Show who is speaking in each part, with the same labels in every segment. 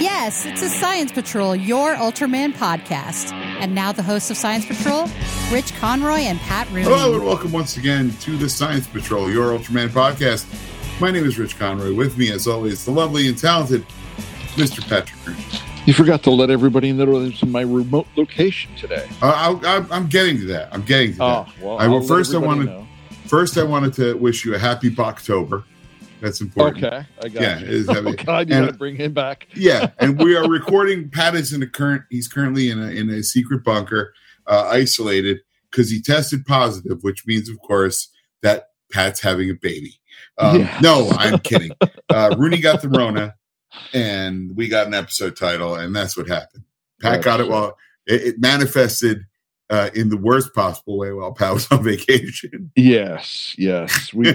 Speaker 1: Yes, it's a Science Patrol, your Ultraman podcast. And now the hosts of Science Patrol, Rich Conroy and Pat Rooney.
Speaker 2: Hello and welcome once again to the Science Patrol, your Ultraman podcast. My name is Rich Conroy. With me, as always, the lovely and talented Mr. Patrick Green.
Speaker 3: You forgot to let everybody know that it's in my remote location today. Oh,
Speaker 2: Uh, I, I, am getting to that. I'm getting to that. I,
Speaker 3: I'll
Speaker 2: well,
Speaker 3: let
Speaker 2: first, I
Speaker 3: everybody
Speaker 2: wanted
Speaker 3: know.
Speaker 2: first I wanted to wish you a happy Boktober. That's important.
Speaker 3: Okay, I got
Speaker 2: Yeah,
Speaker 3: you.
Speaker 2: it is heavy.
Speaker 3: Oh, God, you
Speaker 2: And-
Speaker 3: got to bring him back.
Speaker 2: yeah, and we are recording. Pat is in a current. He's currently in a in a secret bunker, uh, isolated because he tested positive, which means, of course, that Pat's having a baby. Um,
Speaker 3: Yeah.
Speaker 2: No, I'm kidding. Uh, Rooney got the Rona, and we got an episode title, and that's what happened. Pat
Speaker 3: Right.
Speaker 2: got it while it, it manifested uh, in the worst possible way while Pat was on vacation.
Speaker 3: Yes, yes. We,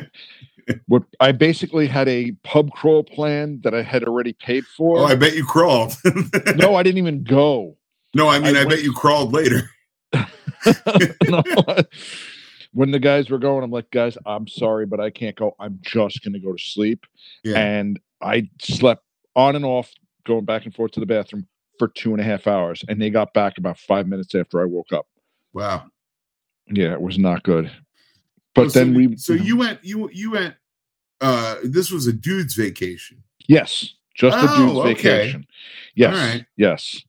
Speaker 3: what I basically had a pub crawl plan that I had already paid for.
Speaker 2: Oh, I bet you crawled.
Speaker 3: no, I didn't even go.
Speaker 2: no, I mean,
Speaker 3: I
Speaker 2: I,
Speaker 3: went-
Speaker 2: bet you crawled later.
Speaker 3: No. when the guys were going, I'm like, guys, I'm sorry, but I can't go. I'm just going to go to sleep.
Speaker 2: Yeah.
Speaker 3: And I slept on and off, going back and forth to the bathroom for two and a half hours. And they got back about five minutes after I woke up.
Speaker 2: Wow.
Speaker 3: Yeah, it was not good. But
Speaker 2: Oh, so
Speaker 3: then
Speaker 2: you-
Speaker 3: we.
Speaker 2: so you went you you went uh this was a dude's vacation
Speaker 3: Yes, just the
Speaker 2: Oh,
Speaker 3: dude's
Speaker 2: okay.
Speaker 3: vacation. Yes,
Speaker 2: right.
Speaker 3: yes.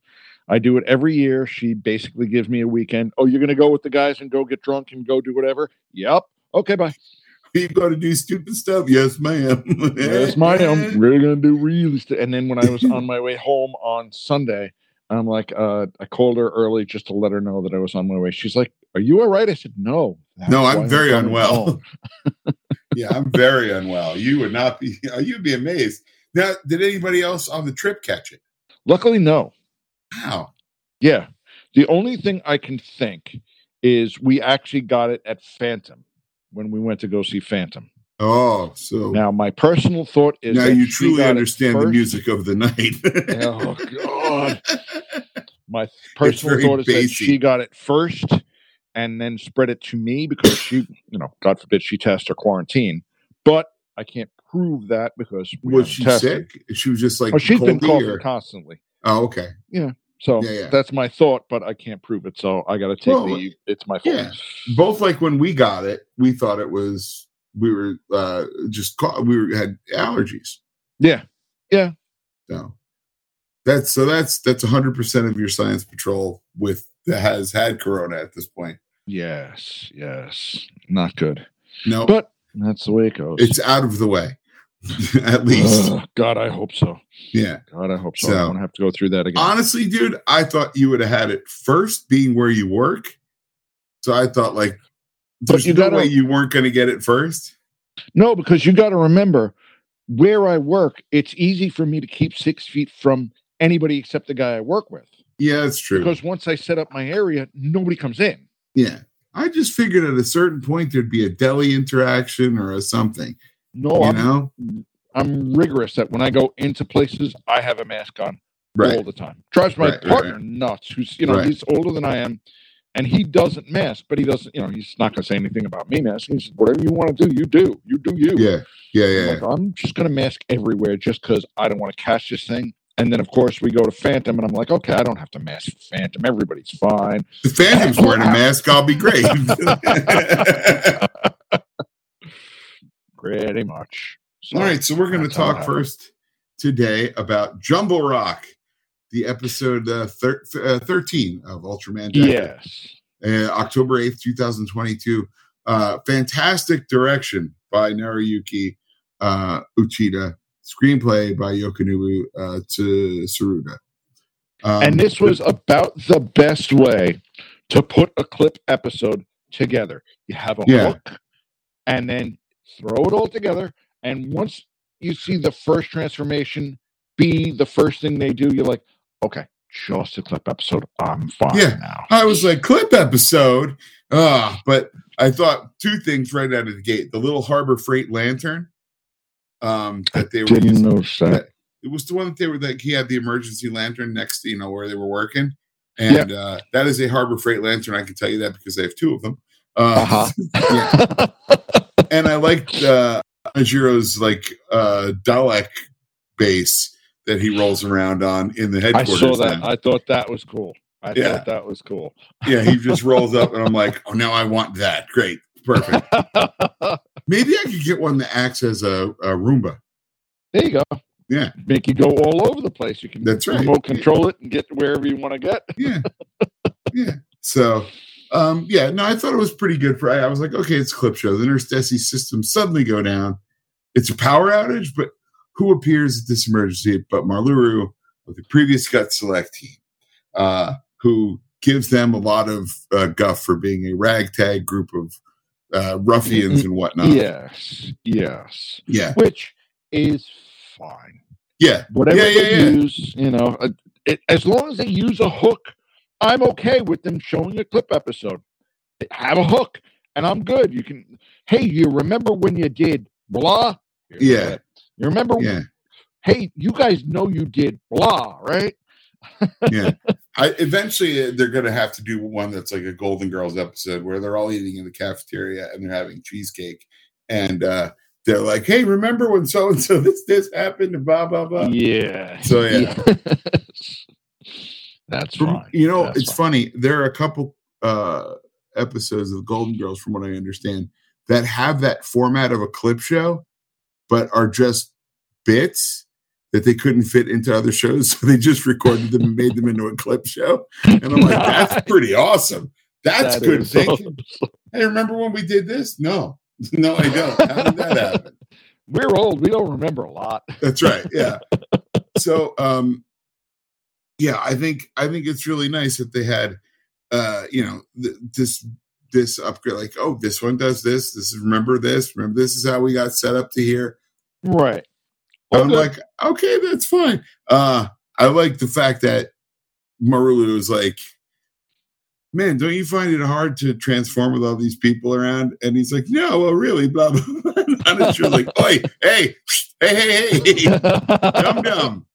Speaker 3: I do it every year. She basically gives me a weekend. Oh, you're going to go with the guys and go get drunk and go do whatever? Yep. Okay, bye.
Speaker 2: you go to do stupid stuff yes ma'am
Speaker 3: That's my um, I'm really gonna do real estate. And then when I was on my way home on Sunday, I'm like, uh, I called her early just to let her know that I was on my way. She's like, "Are you all right?" I said, "No, that's
Speaker 2: no
Speaker 3: why
Speaker 2: i'm very
Speaker 3: coming
Speaker 2: unwell
Speaker 3: home."
Speaker 2: yeah i'm very unwell you would not be you'd be amazed now did anybody else on the trip catch it
Speaker 3: Luckily, no.
Speaker 2: wow
Speaker 3: Yeah, the only thing I can think is we actually got it at Phantom when we went to go see Phantom.
Speaker 2: oh so now,
Speaker 3: Now, my personal thought is that
Speaker 2: you
Speaker 3: she
Speaker 2: truly
Speaker 3: got it
Speaker 2: understand the
Speaker 3: first.
Speaker 2: music of the night
Speaker 3: Oh God. my personal
Speaker 2: very
Speaker 3: thought is that
Speaker 2: basic.
Speaker 3: she got it first and then spread it to me because she, you know, God forbid she test or quarantine. But I can't prove that because we
Speaker 2: was
Speaker 3: haven't
Speaker 2: she
Speaker 3: tested.
Speaker 2: sick she was just like
Speaker 3: oh, she's been
Speaker 2: cold
Speaker 3: coughing
Speaker 2: or-
Speaker 3: constantly.
Speaker 2: oh okay
Speaker 3: So
Speaker 2: Yeah, yeah.
Speaker 3: that's my thought, but I can't prove it. So I got to take
Speaker 2: Well,
Speaker 3: the it's my fault.
Speaker 2: yeah. both like when we got it, we thought it was we were uh just caught we were, had allergies.
Speaker 3: Yeah. Yeah.
Speaker 2: So that's so that's that's hundred percent of your science patrol with that has had corona at this point.
Speaker 3: Yes. Yes. Not good.
Speaker 2: No,
Speaker 3: But that's the way it goes.
Speaker 2: Oh. it's out of the way. at least.
Speaker 3: Ugh, God, I hope so.
Speaker 2: Yeah.
Speaker 3: God, I hope so. I
Speaker 2: So-
Speaker 3: don't wanna have to go through that again.
Speaker 2: Honestly, dude, I thought you would have had it first being where you work. So I thought like there's
Speaker 3: you
Speaker 2: no
Speaker 3: gotta-
Speaker 2: way you weren't gonna get it first.
Speaker 3: No, because you got to remember where I work, it's easy for me to keep six feet from anybody except the guy I work with.
Speaker 2: Yeah, that's true.
Speaker 3: Because once I set up my area, nobody comes in.
Speaker 2: Yeah. I just figured at a certain point there'd be a deli interaction or a something.
Speaker 3: No,
Speaker 2: you
Speaker 3: Oh, I'm,
Speaker 2: know?
Speaker 3: I'm rigorous that when I go into places, I have a mask on all
Speaker 2: Right.
Speaker 3: the time. Drives my
Speaker 2: Right, right,
Speaker 3: partner nuts, who's, you know,
Speaker 2: Right.
Speaker 3: he's older than I am. And he doesn't mask, but he doesn't, you know, he's not going to say anything about me masking. He says, whatever you want to do, you do. You do you.
Speaker 2: Yeah. Yeah.
Speaker 3: I'm
Speaker 2: Yeah.
Speaker 3: like, I'm just going to mask everywhere just because I don't want to catch this thing. And then, of course, we go to Phantom, and I'm like, okay, I don't have to mask for Phantom. Everybody's fine.
Speaker 2: The Phantom's wearing a mask. I'll be great.
Speaker 3: Pretty much. So,
Speaker 2: All right. So we're going to
Speaker 3: That's how it
Speaker 2: talk
Speaker 3: happened.
Speaker 2: first today about Jumbo Rock, the episode uh, thir- uh, 13 of Ultraman. Jack.
Speaker 3: Yes.
Speaker 2: uh, October 8th, 2022. Uh, fantastic direction by Naruyuki uh, Uchida. Screenplay by Yokonobu uh, to Saruda. Um,
Speaker 3: and this was about the best way to put a clip episode together. You have a
Speaker 2: Yeah.
Speaker 3: hook, and then throw it all together. And once you see the first transformation be the first thing they do, you're like, okay, just a clip episode. I'm fine
Speaker 2: Yeah.
Speaker 3: now.
Speaker 2: I was like, clip episode. Ah, but I thought two things right out of the gate. The little harbor freight lantern um, that they were
Speaker 3: Didn't
Speaker 2: using.
Speaker 3: notice that.
Speaker 2: that- It was the one that they were like he had the emergency lantern next to you know where they were working. And uh, that is a harbor freight lantern. I can tell you that because I have two of them. Uh,
Speaker 3: Uh-huh.
Speaker 2: and I liked uh Ajiro's like uh Dalek base that he rolls around on in the
Speaker 3: I
Speaker 2: headquarters.
Speaker 3: saw that.
Speaker 2: now.
Speaker 3: I thought that was cool. I
Speaker 2: Yeah.
Speaker 3: thought that was cool.
Speaker 2: yeah, he just rolls up, and I'm like, oh, now I want that. Great, perfect.
Speaker 3: there
Speaker 2: Maybe I could get one that acts as a, a Roomba.
Speaker 3: you go.
Speaker 2: Yeah.
Speaker 3: Make you go all over the place. You can
Speaker 2: That's right.
Speaker 3: remote control it and get wherever you want to get.
Speaker 2: Yeah, yeah. So, um, yeah, no, I thought it was pretty good. For I, I was like, okay, it's a clip show. The nurse Desi systems suddenly go down. It's a power outage, but who appears at this emergency but Marluru of the previous Gut Select team, uh, who gives them a lot of uh, guff for being a ragtag group of uh, ruffians and whatnot.
Speaker 3: Yes. Yes.
Speaker 2: yeah,
Speaker 3: Which is fine.
Speaker 2: yeah.
Speaker 3: Whatever
Speaker 2: Yeah, yeah,
Speaker 3: they
Speaker 2: yeah.
Speaker 3: use, you know, uh, it, as long as they use a hook, I'm okay with them showing a clip episode. Have a hook, and I'm good. You can, hey, you remember when you did blah? Here's a
Speaker 2: Yeah.
Speaker 3: clip. You remember
Speaker 2: Yeah,
Speaker 3: hey, you guys know you did blah, right?
Speaker 2: yeah. I eventually uh, they're going to have to do one that's like a Golden Girls episode where they're all eating in the cafeteria and they're having cheesecake, and uh, they're like, "Hey, remember when so and so this this happened and blah blah blah."
Speaker 3: yeah.
Speaker 2: So, yeah.
Speaker 3: Yes. That's
Speaker 2: From-
Speaker 3: fine.
Speaker 2: you know,
Speaker 3: That's
Speaker 2: it's
Speaker 3: fine.
Speaker 2: funny. There are a couple uh, episodes of Golden Girls, from what I understand, that have that format of a clip show, but are just bits that they couldn't fit into other shows, so they just recorded them and made them into a clip show. And I'm like, that's pretty awesome. That's
Speaker 3: That
Speaker 2: good
Speaker 3: is
Speaker 2: thinking.
Speaker 3: awesome.
Speaker 2: Hey, remember when we did this? No, no, I don't. How did that happen?
Speaker 3: We're old. We don't remember a lot.
Speaker 2: That's right. Yeah. so um yeah, I think I think it's really nice that they had uh you know th- this this upgrade like oh this one does this this is remember this remember this is how we got set up to here.
Speaker 3: Right.
Speaker 2: And I'm
Speaker 3: Okay.
Speaker 2: like okay, that's fine. Uh I like the fact that Marulu is like Man, don't you find it hard to transform with all these people around? And he's like, No, well, really, blah blah. blah. And it's just like, Oi, hey, hey, hey, hey, hey, Dum dum.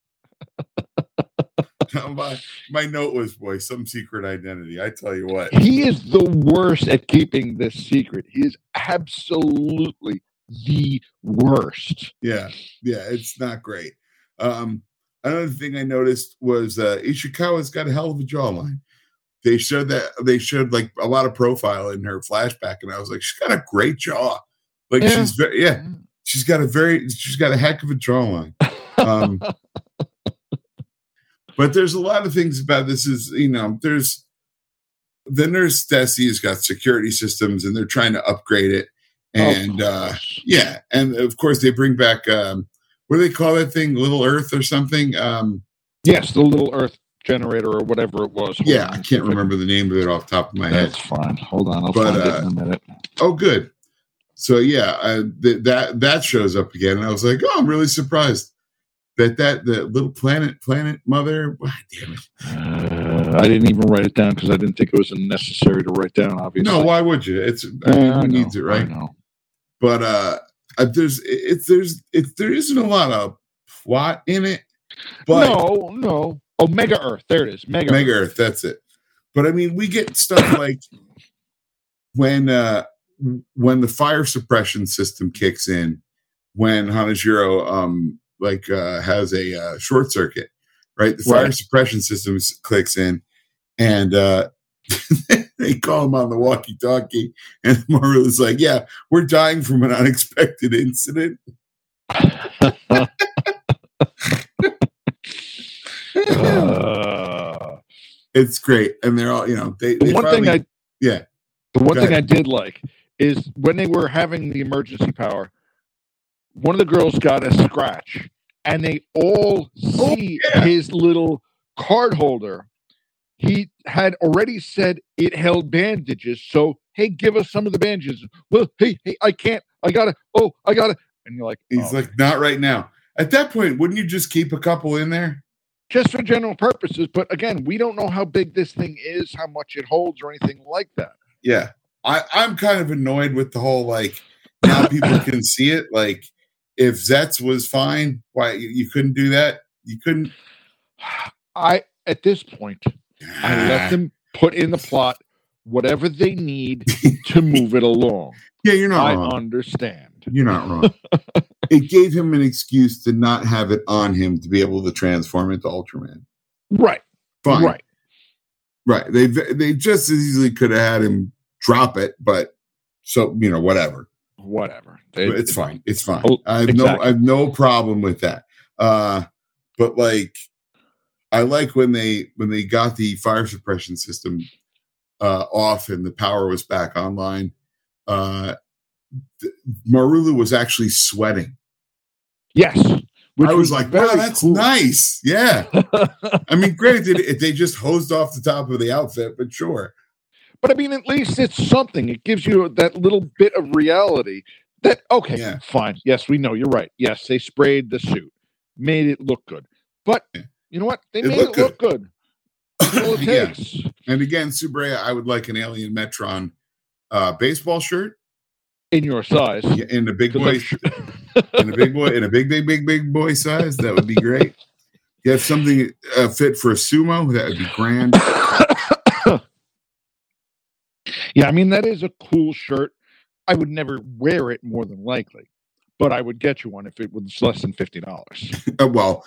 Speaker 2: my, my note was, boy, some secret identity. I tell you what.
Speaker 3: he is the worst at keeping this secret. He is absolutely the worst.
Speaker 2: Yeah, yeah, it's not great. Um, another thing I noticed was uh, Ishikawa's got a hell of a jawline. They showed that they showed like a lot of profile in her flashback, and I was like, she's got a great jaw. Like
Speaker 3: Yeah.
Speaker 2: she's very, yeah, she's got a very, she's got a heck of a jawline. Um, but there's a lot of things about this is you know there's the nurse Desi has got security systems and they're trying to upgrade it
Speaker 3: Of
Speaker 2: and uh
Speaker 3: course.
Speaker 2: yeah and of course they bring back um what do they call that thing little earth or something um
Speaker 3: yes, the little Earth generator or whatever it was. Hold
Speaker 2: yeah
Speaker 3: on
Speaker 2: I
Speaker 3: just
Speaker 2: can't
Speaker 3: a second.
Speaker 2: remember the name of it off the top of my head
Speaker 3: That's fine. Hold on, I'll
Speaker 2: But,
Speaker 3: find it in a minute.
Speaker 2: oh good so yeah I, th- that that shows up again and I was like oh I'm really surprised that that the little planet planet mother ah, damn it
Speaker 3: Uh, I didn't even write it down because I didn't think it was necessary to write down. Obviously,
Speaker 2: no why would you it's I
Speaker 3: Uh,
Speaker 2: mean,
Speaker 3: I
Speaker 2: who needs
Speaker 3: know,
Speaker 2: it right
Speaker 3: I know.
Speaker 2: but uh uh, there's it's there's it's there isn't a lot of plot in it but
Speaker 3: no, no. Oh, Mega Earth. There it is. Mega.
Speaker 2: mega earth that's it but i mean we get stuff like when uh when the fire suppression system kicks in when hanajiro um like uh has a uh, short circuit right the fire
Speaker 3: Right.
Speaker 2: suppression system s- clicks in and uh they call him on the walkie talkie and Maru is like yeah we're dying from an unexpected incident
Speaker 3: Earth.
Speaker 2: Oh,
Speaker 3: Uh,
Speaker 2: it's great and they're all you know they,
Speaker 3: the
Speaker 2: they
Speaker 3: one thing
Speaker 2: finally-
Speaker 3: I
Speaker 2: yeah.
Speaker 3: The one
Speaker 2: Go
Speaker 3: thing I did like is when they were having the emergency power, one of the girls got a scratch, and they all
Speaker 2: Oh,
Speaker 3: see
Speaker 2: yeah.
Speaker 3: his little card holder. He had already said it held bandages, so hey, give us some of the bandages. Well, hey, hey, I can't. I gotta. Oh, I gotta. And you're like,
Speaker 2: he's
Speaker 3: "Oh,
Speaker 2: like not right now at that point wouldn't you just keep a couple in there
Speaker 3: just for general purposes. But again, we don't know how big this thing is, how much it holds, or anything like that.
Speaker 2: yeah i i'm kind of annoyed with the whole like now people can see it like if zets was fine why you, you couldn't do that you couldn't
Speaker 3: I at this point, I
Speaker 2: Ah.
Speaker 3: let them put in the plot whatever they need to move it along.
Speaker 2: yeah you're not
Speaker 3: I
Speaker 2: wrong
Speaker 3: understand.
Speaker 2: you're not wrong it gave him an excuse to not have it on him to be able to transform into Ultraman.
Speaker 3: Right.
Speaker 2: Fine.
Speaker 3: Right.
Speaker 2: Right. They they just as easily could have had him drop it, but so you know whatever.
Speaker 3: Whatever.
Speaker 2: But
Speaker 3: It-
Speaker 2: it's fine. It's fine.
Speaker 3: Oh,
Speaker 2: I have no
Speaker 3: exactly.
Speaker 2: I have no problem with that. Uh but like I like when they when they got the fire suppression system uh off and the power was back online. Uh th- Marulu was actually sweating.
Speaker 3: Yes. Which
Speaker 2: I was, like,
Speaker 3: very
Speaker 2: wow, that's
Speaker 3: cool.
Speaker 2: nice. Yeah. I mean, granted, if they just hosed off the top of the outfit, but sure.
Speaker 3: But I mean, at least it's something. It gives you that little bit of reality that, okay,
Speaker 2: Yeah.
Speaker 3: fine. Yes, we know. You're right. Yes, they sprayed the suit, made it look good. But
Speaker 2: Yeah.
Speaker 3: you know what? They
Speaker 2: It
Speaker 3: made
Speaker 2: looked
Speaker 3: it look good. That's all it
Speaker 2: yeah.
Speaker 3: takes.
Speaker 2: And again, Subraya, I would like an Alien Metron uh, baseball shirt
Speaker 3: In your size.
Speaker 2: yeah, in a big
Speaker 3: 'Cause
Speaker 2: boy
Speaker 3: I'm sure-
Speaker 2: in a big boy in a big big big big boy size. That would be great. You have something uh, fit for a sumo. That would be grand.
Speaker 3: yeah, I mean, that is a cool shirt. I would never wear it more than likely, but I would get you one if it was less than $50.
Speaker 2: Uh, well,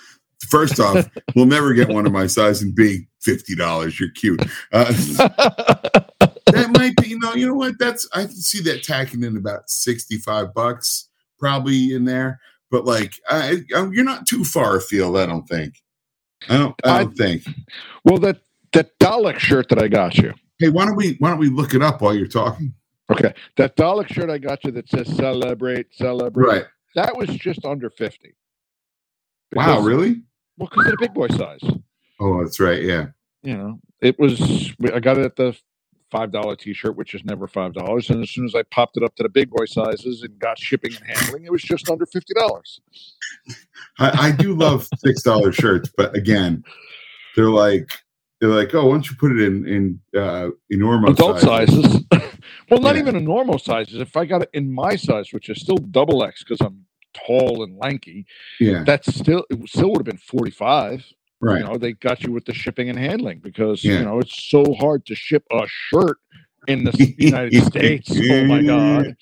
Speaker 2: first off, we'll never get one of my size. And B, fifty dollars. You're cute. Uh, that might be. You know, you know what? That's I can see that tacking in about sixty-five bucks, probably in there. But like, I, I, you're not too far afield. I don't think. I don't. I don't think.
Speaker 3: well, that, that Dalek shirt that I got you.
Speaker 2: Hey, why don't we? Why don't we look it up while you're talking?
Speaker 3: Okay, that Dalek shirt I got you that says "Celebrate, Celebrate."
Speaker 2: Right.
Speaker 3: That was just under fifty.
Speaker 2: Wow.
Speaker 3: Because-
Speaker 2: Really?
Speaker 3: Well, because it's a big boy size.
Speaker 2: Oh, that's right. Yeah.
Speaker 3: You know, it was. I got it at the five dollar T-shirt, which is never five dollars. And as soon as I popped it up to the big boy sizes and got shipping and handling, it was just under fifty dollars.
Speaker 2: I, I do love six dollar shirts, but again, they're like they're like, oh, why don't you put it in in uh, enormous
Speaker 3: Adult sizes. well, not
Speaker 2: Yeah.
Speaker 3: even in normal sizes. If I got it in my size, which is still double X, because I'm tall and lanky,
Speaker 2: Yeah.
Speaker 3: that's still it still would have been forty five.
Speaker 2: Right.
Speaker 3: you know they got you with the shipping and handling because
Speaker 2: Yeah.
Speaker 3: you know it's so hard to ship a shirt in the s- united states oh my god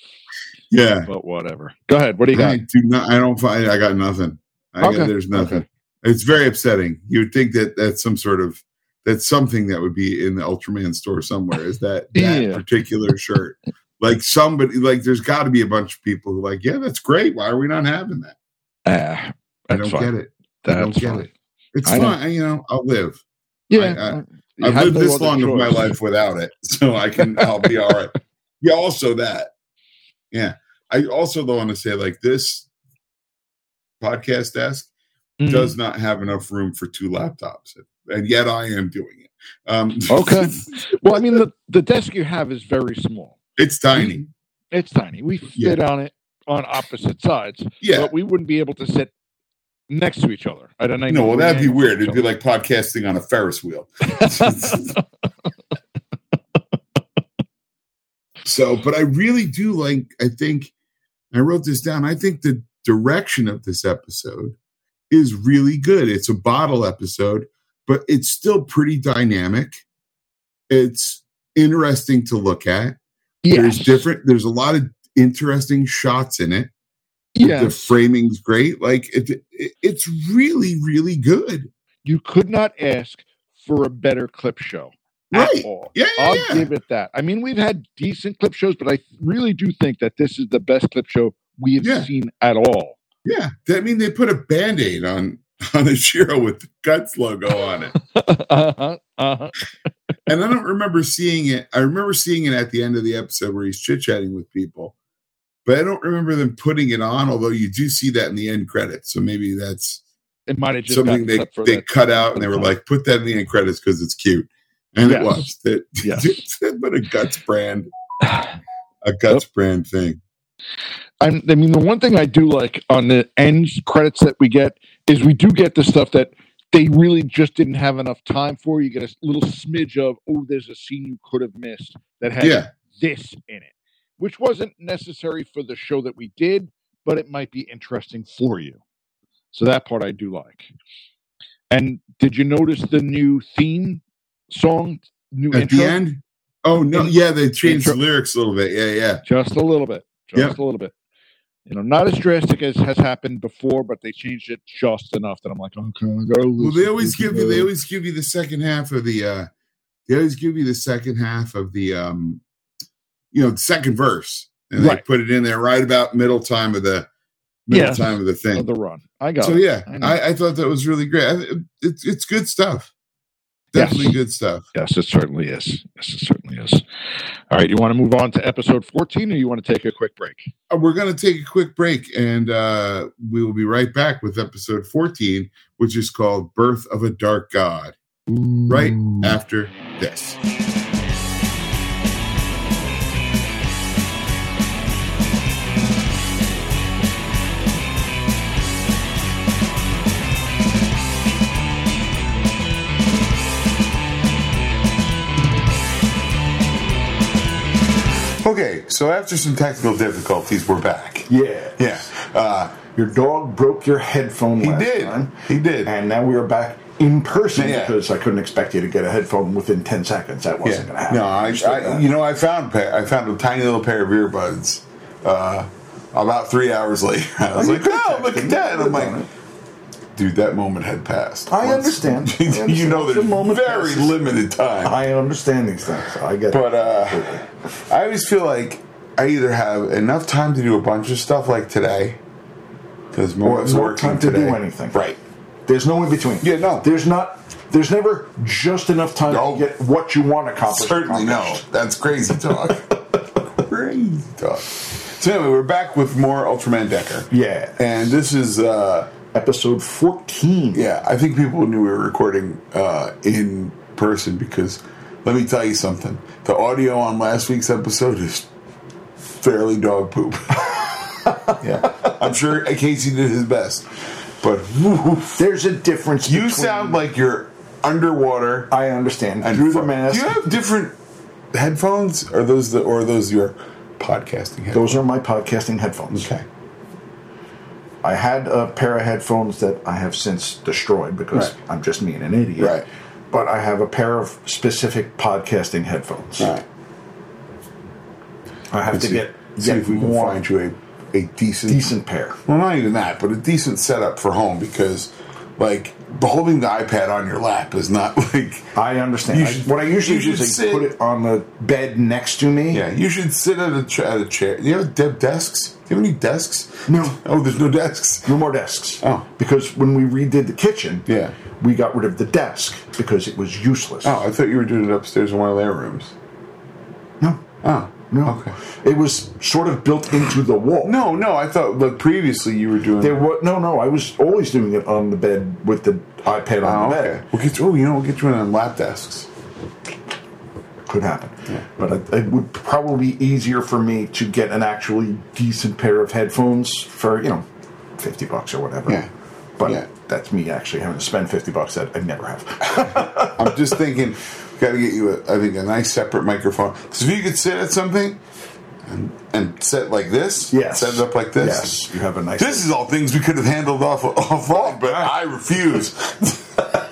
Speaker 2: Yeah.
Speaker 3: but whatever go ahead what do you
Speaker 2: I
Speaker 3: got
Speaker 2: do not. I don't find. I got nothing. I got,
Speaker 3: Okay.
Speaker 2: there's nothing. It's very upsetting. You would think that that's some sort of that's something that would be in the Ultraman store somewhere. Is that that
Speaker 3: Yeah.
Speaker 2: particular shirt? Like somebody, like there's got to be a bunch of people who are like, yeah, that's great. Why are we not having that?
Speaker 3: Ah,
Speaker 2: I don't
Speaker 3: that's fine.
Speaker 2: get it. I
Speaker 3: that's
Speaker 2: don't get
Speaker 3: fine.
Speaker 2: it. It's
Speaker 3: I know.
Speaker 2: fine. You know, I'll live.
Speaker 3: yeah
Speaker 2: I- I-
Speaker 3: you
Speaker 2: I've
Speaker 3: have
Speaker 2: lived
Speaker 3: no
Speaker 2: this
Speaker 3: other
Speaker 2: long of my
Speaker 3: choice.
Speaker 2: life without it, so I can. I'll be all right. Yeah. Also that. Yeah. I also though want to say like this podcast desk
Speaker 3: Mm.
Speaker 2: does not have enough room for two laptops, and yet I am doing it. Um,
Speaker 3: Okay. well i mean the, the desk you have is very small
Speaker 2: it's tiny.
Speaker 3: it's tiny we
Speaker 2: Yeah.
Speaker 3: fit on it on opposite sides
Speaker 2: Yeah.
Speaker 3: but we wouldn't be able to sit next to each other at a night
Speaker 2: no, well, that'd be weird. It'd be like podcasting on a Ferris wheel. So, but I really do like, I think I wrote this down. I think the direction of this episode is really good. It's a bottle episode, but it's still pretty dynamic. It's interesting to look at. There's different, there's a lot of interesting shots in it.
Speaker 3: yeah
Speaker 2: The framing's great. Like it, it, it's really, really good.
Speaker 3: you could not ask for a better clip show
Speaker 2: Right.
Speaker 3: at all.
Speaker 2: Yeah. yeah,
Speaker 3: I'll
Speaker 2: yeah.
Speaker 3: give it that. I mean, we've had decent clip shows, but I really do think that this is the best clip show we have
Speaker 2: Yeah.
Speaker 3: seen at all.
Speaker 2: Yeah, that- I mean they put a band-aid on on a Shiro with the guts logo on it.
Speaker 3: uh-huh, uh-huh.
Speaker 2: and I don't remember seeing it. I remember seeing it at the end of the episode where he's chit-chatting with people. But I don't remember them putting it on, although you do see that in the end credits. So maybe that's
Speaker 3: It might have just
Speaker 2: something
Speaker 3: gotten
Speaker 2: they
Speaker 3: clipped for
Speaker 2: they
Speaker 3: that.
Speaker 2: cut out and they were
Speaker 3: time.
Speaker 2: like, put that in the end credits because it's cute. And it
Speaker 3: Yes.
Speaker 2: was. They,
Speaker 3: Yes.
Speaker 2: they put a guts brand, a guts brand thing.
Speaker 3: I'm, I mean, the one thing I do like on the end credits that we get is we do get the stuff that they really just didn't have enough time for. You get a little smidge of, oh, there's a scene you could have missed that had
Speaker 2: Yeah.
Speaker 3: this in it, which wasn't necessary for the show that we did, but it might be interesting for you. So that part I do like. And did you notice the new theme song, new
Speaker 2: At
Speaker 3: intro?
Speaker 2: the end. Oh no,
Speaker 3: In-
Speaker 2: yeah, they changed
Speaker 3: intro-
Speaker 2: the lyrics a little bit. Yeah, yeah.
Speaker 3: Just a little bit. Just
Speaker 2: Yep.
Speaker 3: a little bit. You know, not as drastic as has happened before, but they changed it just enough that I'm like, okay, I gotta
Speaker 2: Well,
Speaker 3: lose.
Speaker 2: they always give you. They always give you the second half of the. uh They always give you the second half of the. um You know, the second verse, and they
Speaker 3: Right.
Speaker 2: put it in there right about middle time of the middle
Speaker 3: Yes.
Speaker 2: time of the thing.
Speaker 3: of the run. I got
Speaker 2: so
Speaker 3: it.
Speaker 2: yeah,
Speaker 3: I know.
Speaker 2: I, I thought that was really great. I, it's it's good stuff.
Speaker 3: Yes.
Speaker 2: Definitely good stuff.
Speaker 3: Yes, it certainly is. Yes, it certainly is. All right, you want to move on to episode 14 or you want to take a quick break?
Speaker 2: Uh, We're going to take a quick break and uh, we will be right back with episode 14, which is called Birth of a Dark God, right after this. Okay, so after some technical difficulties, we're back.
Speaker 4: Yeah.
Speaker 2: Yeah. Uh,
Speaker 4: Your dog broke your headphone
Speaker 2: he
Speaker 4: last
Speaker 2: did.
Speaker 4: time.
Speaker 2: He did.
Speaker 4: And now we are back in person
Speaker 2: Yeah.
Speaker 4: because I couldn't expect you to get a headphone within 10 seconds. That wasn't going to happen.
Speaker 2: No, I,
Speaker 4: Understood
Speaker 2: I
Speaker 4: that.
Speaker 2: you know I found a pair- I found a tiny little pair of earbuds uh, about three hours later. I was
Speaker 4: you
Speaker 2: like,
Speaker 4: could
Speaker 2: oh,
Speaker 4: text
Speaker 2: look
Speaker 4: him.
Speaker 2: at that! And I'm
Speaker 4: Could've done
Speaker 2: like, dude, that moment had passed.
Speaker 4: I
Speaker 2: Once-
Speaker 4: understand. I
Speaker 2: you
Speaker 4: understand.
Speaker 2: know,
Speaker 4: The
Speaker 2: there's
Speaker 4: moment
Speaker 2: very
Speaker 4: passes.
Speaker 2: limited time.
Speaker 4: I understand these things. I get
Speaker 2: But
Speaker 4: it.
Speaker 2: uh,
Speaker 4: Absolutely.
Speaker 2: I always feel like I either have enough time to do a bunch of stuff like today, because my
Speaker 4: Or
Speaker 2: wife's
Speaker 4: no
Speaker 2: working
Speaker 4: time to do
Speaker 2: today.
Speaker 4: anything.
Speaker 2: Right.
Speaker 4: There's no in between.
Speaker 2: Yeah, no.
Speaker 4: There's not. There's never just enough time
Speaker 2: No.
Speaker 4: to get what you want accomplished.
Speaker 2: Certainly no.
Speaker 4: accomplished.
Speaker 2: That's crazy talk. crazy talk. So anyway, we're back with more Ultraman Decker.
Speaker 4: Yeah.
Speaker 2: And this is uh
Speaker 4: Episode 14.
Speaker 2: yeah, I think people knew we were recording uh in person because let me tell you something. The audio on last week's episode is fairly dog poop. yeah. I'm sure uh, Casey did his best. But whew,
Speaker 4: There's a difference.
Speaker 2: you
Speaker 4: between-
Speaker 2: sound like you're underwater
Speaker 4: I understand.
Speaker 2: and
Speaker 4: Through the
Speaker 2: fu-
Speaker 4: mask.
Speaker 2: Do you have different headphones? Are those the or are those your podcasting headphones?
Speaker 4: Those are my podcasting headphones.
Speaker 2: Okay.
Speaker 4: I had a pair of headphones that I have since destroyed because
Speaker 2: Right.
Speaker 4: I'm just being an idiot.
Speaker 2: Right.
Speaker 4: But I have a pair of specific podcasting headphones.
Speaker 2: All right.
Speaker 4: I have to
Speaker 2: See-
Speaker 4: get,
Speaker 2: see
Speaker 4: get
Speaker 2: if we can
Speaker 4: more
Speaker 2: find you a, a decent,
Speaker 4: decent pair.
Speaker 2: Well, not even that, but a decent setup for home because, like, holding the iPad on your lap is not like.
Speaker 4: I understand.
Speaker 2: You
Speaker 4: I-
Speaker 2: should-
Speaker 4: what I usually
Speaker 2: you
Speaker 4: do
Speaker 2: should
Speaker 4: is I put
Speaker 2: sit-
Speaker 4: it on the bed next to me.
Speaker 2: Yeah, you should sit at a, cha- at a chair. Do you have de- desks? Do you have any desks?
Speaker 4: No.
Speaker 2: Oh, there's no desks.
Speaker 4: No more desks.
Speaker 2: Oh.
Speaker 4: Because when we redid the kitchen,
Speaker 2: Yeah.
Speaker 4: we got rid of the desk because it was useless.
Speaker 2: Oh, I thought you were doing it upstairs in one of their rooms.
Speaker 4: No.
Speaker 2: Oh,
Speaker 4: No.
Speaker 2: Okay.
Speaker 4: It was sort of built into the wall.
Speaker 2: No, no, I thought like previously you were doing.
Speaker 4: There was no, no. I was always doing it on the bed with the iPad
Speaker 2: oh,
Speaker 4: on the
Speaker 2: okay.
Speaker 4: bed.
Speaker 2: We'll get you, oh, you know, we'll get you one of them lap desks.
Speaker 4: Could happen, but it, it would probably be easier for me to get an actually decent pair of headphones for you know, fifty bucks or whatever.
Speaker 2: Yeah.
Speaker 4: But
Speaker 2: Yeah.
Speaker 4: that's me actually having to spend fifty bucks that I never have.
Speaker 2: I'm just thinking, got to get you, a, I think, a nice separate microphone. Because if you could sit at something and, and set like this,
Speaker 4: Yes.
Speaker 2: set it up like this.
Speaker 4: Yes, you have a nice.
Speaker 2: This is all things we could have handled off offline, but I refuse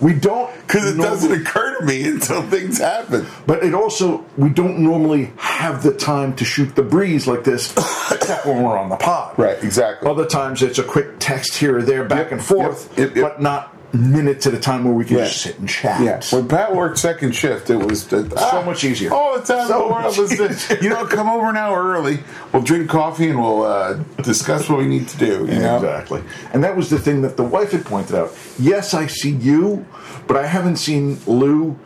Speaker 4: we don't
Speaker 2: because it
Speaker 4: normally-
Speaker 2: doesn't occur to me until things happen.
Speaker 4: But it also we don't normally have the time to shoot the breeze like this, except when we're on the pod.
Speaker 2: Right, exactly.
Speaker 4: Other times it's a quick text here or there, back
Speaker 2: Yep,
Speaker 4: and forth,
Speaker 2: yep, yep, yep.
Speaker 4: but not minutes at a time where we can
Speaker 2: Yeah.
Speaker 4: just sit and chat.
Speaker 2: Yeah, when Pat worked second shift, it was uh,
Speaker 4: So much easier.
Speaker 2: All the time
Speaker 4: So
Speaker 2: in the world
Speaker 4: much
Speaker 2: is this. You know, come over an hour early. We'll drink coffee and we'll uh, discuss what we need to do. You know,
Speaker 4: Exactly. And that was the thing that the wife had pointed out. Yes, I see you, but I haven't seen Lou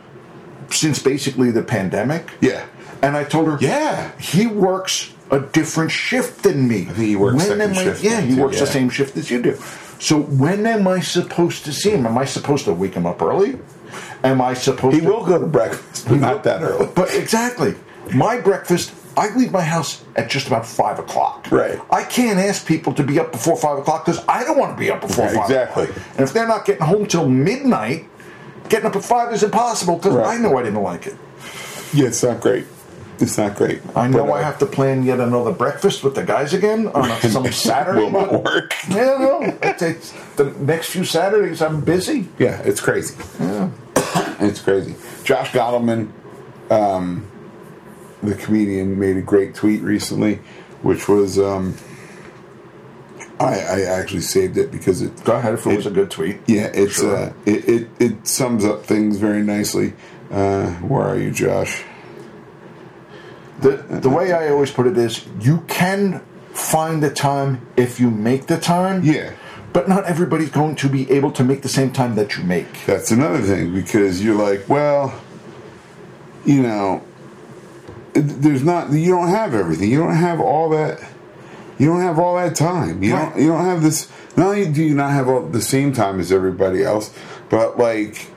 Speaker 4: since basically the pandemic.
Speaker 2: Yeah.
Speaker 4: And I told her,
Speaker 2: Yeah.
Speaker 4: he works a different shift than me. I
Speaker 2: think he works second shift
Speaker 4: Yeah,
Speaker 2: now,
Speaker 4: he
Speaker 2: too,
Speaker 4: works the
Speaker 2: yeah.
Speaker 4: same shift as you do. So when am I supposed to see him? Am I supposed to wake him up early? Am I supposed
Speaker 2: He
Speaker 4: to
Speaker 2: will go to breakfast, but not that early.
Speaker 4: But exactly, my breakfast. I leave my house at just about five o'clock.
Speaker 2: Right.
Speaker 4: I can't ask people to be up before five o'clock because I don't want to be up before
Speaker 2: Yeah,
Speaker 4: five.
Speaker 2: exactly.
Speaker 4: o'clock. And if they're not getting home till midnight, getting up at five is impossible because
Speaker 2: Right.
Speaker 4: I know I didn't like it.
Speaker 2: Yeah, it's not great. It's not great.
Speaker 4: I know
Speaker 2: But, uh,
Speaker 4: I have to plan yet another breakfast with the guys again on a, some Saturday.
Speaker 2: Will not
Speaker 4: but-
Speaker 2: work.
Speaker 4: Yeah, no. It's, it's the next few Saturdays I'm busy.
Speaker 2: Yeah, it's crazy. it's crazy. Josh Gottleman, um, the comedian, made a great tweet recently which was um, I, I actually saved it because it
Speaker 4: Go ahead if it, was a good tweet.
Speaker 2: yeah it's
Speaker 4: Sure.
Speaker 2: uh, it, it it sums up things very nicely. Uh, where are you, Josh?
Speaker 4: The the way I always put it is, you can find the time if you make the time.
Speaker 2: Yeah,
Speaker 4: But not everybody's going to be able to make the same time that you make.
Speaker 2: that's another thing because you're like, well, you know, th- there's not you don't have everything. You don't have all that. You don't have all that time. You
Speaker 4: Right.
Speaker 2: don't. You don't have this. Not only do you not have all the same time as everybody else, but like,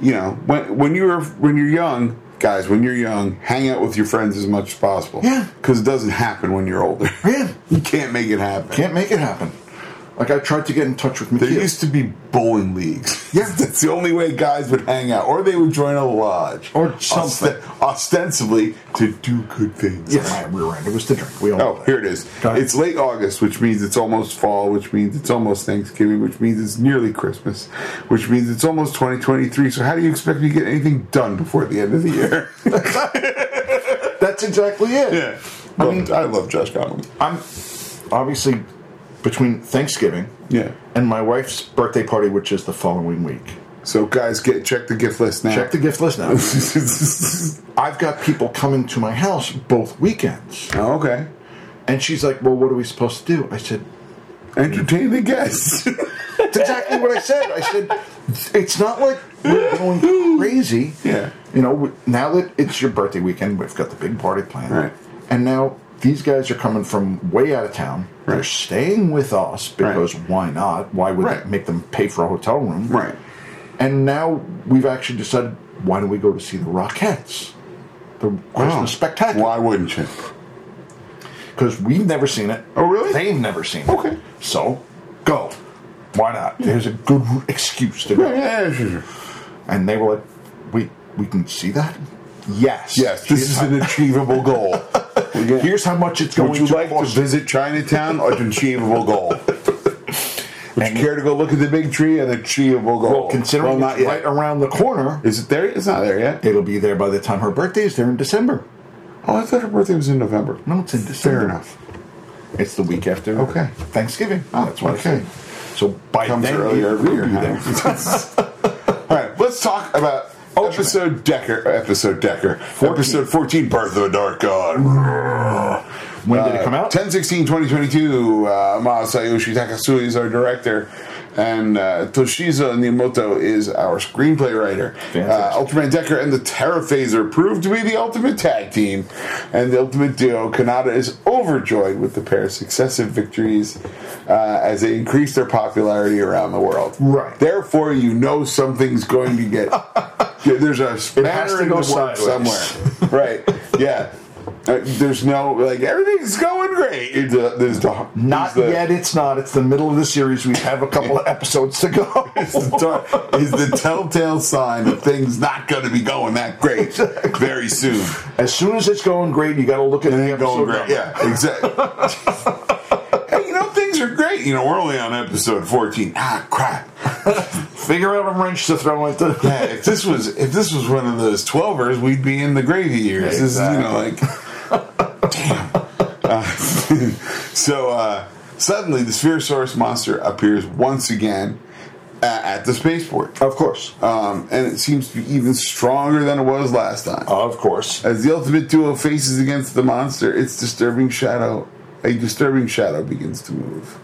Speaker 2: you know, when when you're when you're young, guys, when you're young, hang out with your friends as much as possible.
Speaker 4: Yeah.
Speaker 2: because it doesn't happen when you're older.
Speaker 4: Yeah.
Speaker 2: you can't make it happen.
Speaker 4: Can't make it happen. Like I tried to get in touch with
Speaker 2: There
Speaker 4: Makia.
Speaker 2: used to be bowling leagues.
Speaker 4: Yeah.
Speaker 2: that's the only way guys would hang out, or they would join a lodge
Speaker 4: Or something.
Speaker 2: Oste- ostensibly to do good things.
Speaker 4: yeah, my rear end. It was the drink. We all.
Speaker 2: Oh, here it is.
Speaker 4: Go ahead.
Speaker 2: It's late August, which means it's almost fall, which means it's almost Thanksgiving, which means it's nearly Christmas, which means it's almost 2023. So how do you expect me to get anything done before the end of the year?
Speaker 4: That's exactly it.
Speaker 2: yeah.
Speaker 4: I
Speaker 2: Well,
Speaker 4: mean-
Speaker 2: I love Josh Conlon.
Speaker 4: I'm obviously between Thanksgiving
Speaker 2: Yeah.
Speaker 4: and my wife's birthday party, which is the following week.
Speaker 2: So guys, get check the gift list now.
Speaker 4: Check the gift list now.
Speaker 2: the.
Speaker 4: I've got people coming to my house both weekends.
Speaker 2: oh, okay.
Speaker 4: And she's like, Well, what are we supposed to do? I said,
Speaker 2: Entertain the guests.
Speaker 4: That's exactly what I said. I said, It's not like we're going crazy.
Speaker 2: Yeah.
Speaker 4: You know, we- now that it's your birthday weekend, we've got the big party planned.
Speaker 2: Right.
Speaker 4: And now these guys are coming from way out of town. They're
Speaker 2: Right.
Speaker 4: staying with us because why not? Why would
Speaker 2: Right.
Speaker 4: make them pay for a hotel room?
Speaker 2: right.
Speaker 4: And now we've actually decided, why don't we go to see the Rockettes? The Christmas Spectacular.
Speaker 2: Oh. Why wouldn't you?
Speaker 4: Because we've never seen it.
Speaker 2: Oh, really?
Speaker 4: They've never seen it.
Speaker 2: Okay. Hmm.
Speaker 4: So, go. Why not? There's a good excuse to go.
Speaker 2: Yeah, sure, sure.
Speaker 4: And they were like, wait, we can see that? Yes.
Speaker 2: Yes, this is an achievable goal.
Speaker 4: Here's how much it's going
Speaker 2: Would you
Speaker 4: to
Speaker 2: like to
Speaker 4: cost.
Speaker 2: visit Chinatown? An achievable goal. Would you care to go look at the big tree? An achievable goal.
Speaker 4: well,
Speaker 2: Well,
Speaker 4: considering
Speaker 2: not
Speaker 4: it's right
Speaker 2: yet.
Speaker 4: around the corner,
Speaker 2: Is it there? It's not there yet.
Speaker 4: it'll be there by the time her birthday is there in December.
Speaker 2: Oh, I thought her birthday was in November.
Speaker 4: No, it's in December.
Speaker 2: Fair enough.
Speaker 4: It's the week after
Speaker 2: Okay.
Speaker 4: Thanksgiving. Ah,
Speaker 2: Oh,
Speaker 4: That's why.
Speaker 2: okay.
Speaker 4: Okay. So by
Speaker 2: Comes
Speaker 4: then,
Speaker 2: earlier
Speaker 4: it will
Speaker 2: every year.
Speaker 4: be there.
Speaker 2: All right, let's talk about episode Decker. Episode Decker. Episode 14, Birth of a Dark God.
Speaker 4: When
Speaker 2: Uh,
Speaker 4: did it come out?
Speaker 2: 10 16 2022. Uh, Masayoshi Takasui is our director, and uh, Toshizo Niimoto is our screenplay writer. Uh,
Speaker 4: Fantastic.
Speaker 2: Ultraman Decker and the Terra Phaser proved to be the ultimate tag team, and the ultimate duo, Kanata, is overjoyed with the pair's successive victories uh, as they increase their popularity around the world.
Speaker 4: Right.
Speaker 2: Therefore, you know something's going to get. There's a
Speaker 4: has
Speaker 2: spanner
Speaker 4: to
Speaker 2: in the
Speaker 4: go
Speaker 2: works
Speaker 4: sideways.
Speaker 2: somewhere. Right. Yeah. Uh, there's no like everything's going great. It's, uh, there's the,
Speaker 4: Not
Speaker 2: there's the-
Speaker 4: yet. It's not. It's the middle of the series. We have a couple of episodes to go.
Speaker 2: Is the, tar- is the telltale sign that things not going to be going that great very soon.
Speaker 4: as soon as it's going great, you got to look at the
Speaker 2: Ain't going
Speaker 4: episode.
Speaker 2: great.
Speaker 4: number.
Speaker 2: Yeah, exactly. hey, you know things are great. You know we're only on episode 14. Ah, crap.
Speaker 4: Figure out a wrench to throw into.
Speaker 2: Yeah, if this was if this was one of those twelvers, we'd be in the gravy years. This is you know like damn. Uh, so uh, suddenly, the Spherosaurus monster appears once again uh, at the spaceport,
Speaker 4: Of course.
Speaker 2: um, and it seems to be even stronger than it was last time.
Speaker 4: Of course.
Speaker 2: As the ultimate duo faces against the monster, its disturbing shadow, a disturbing shadow begins to move.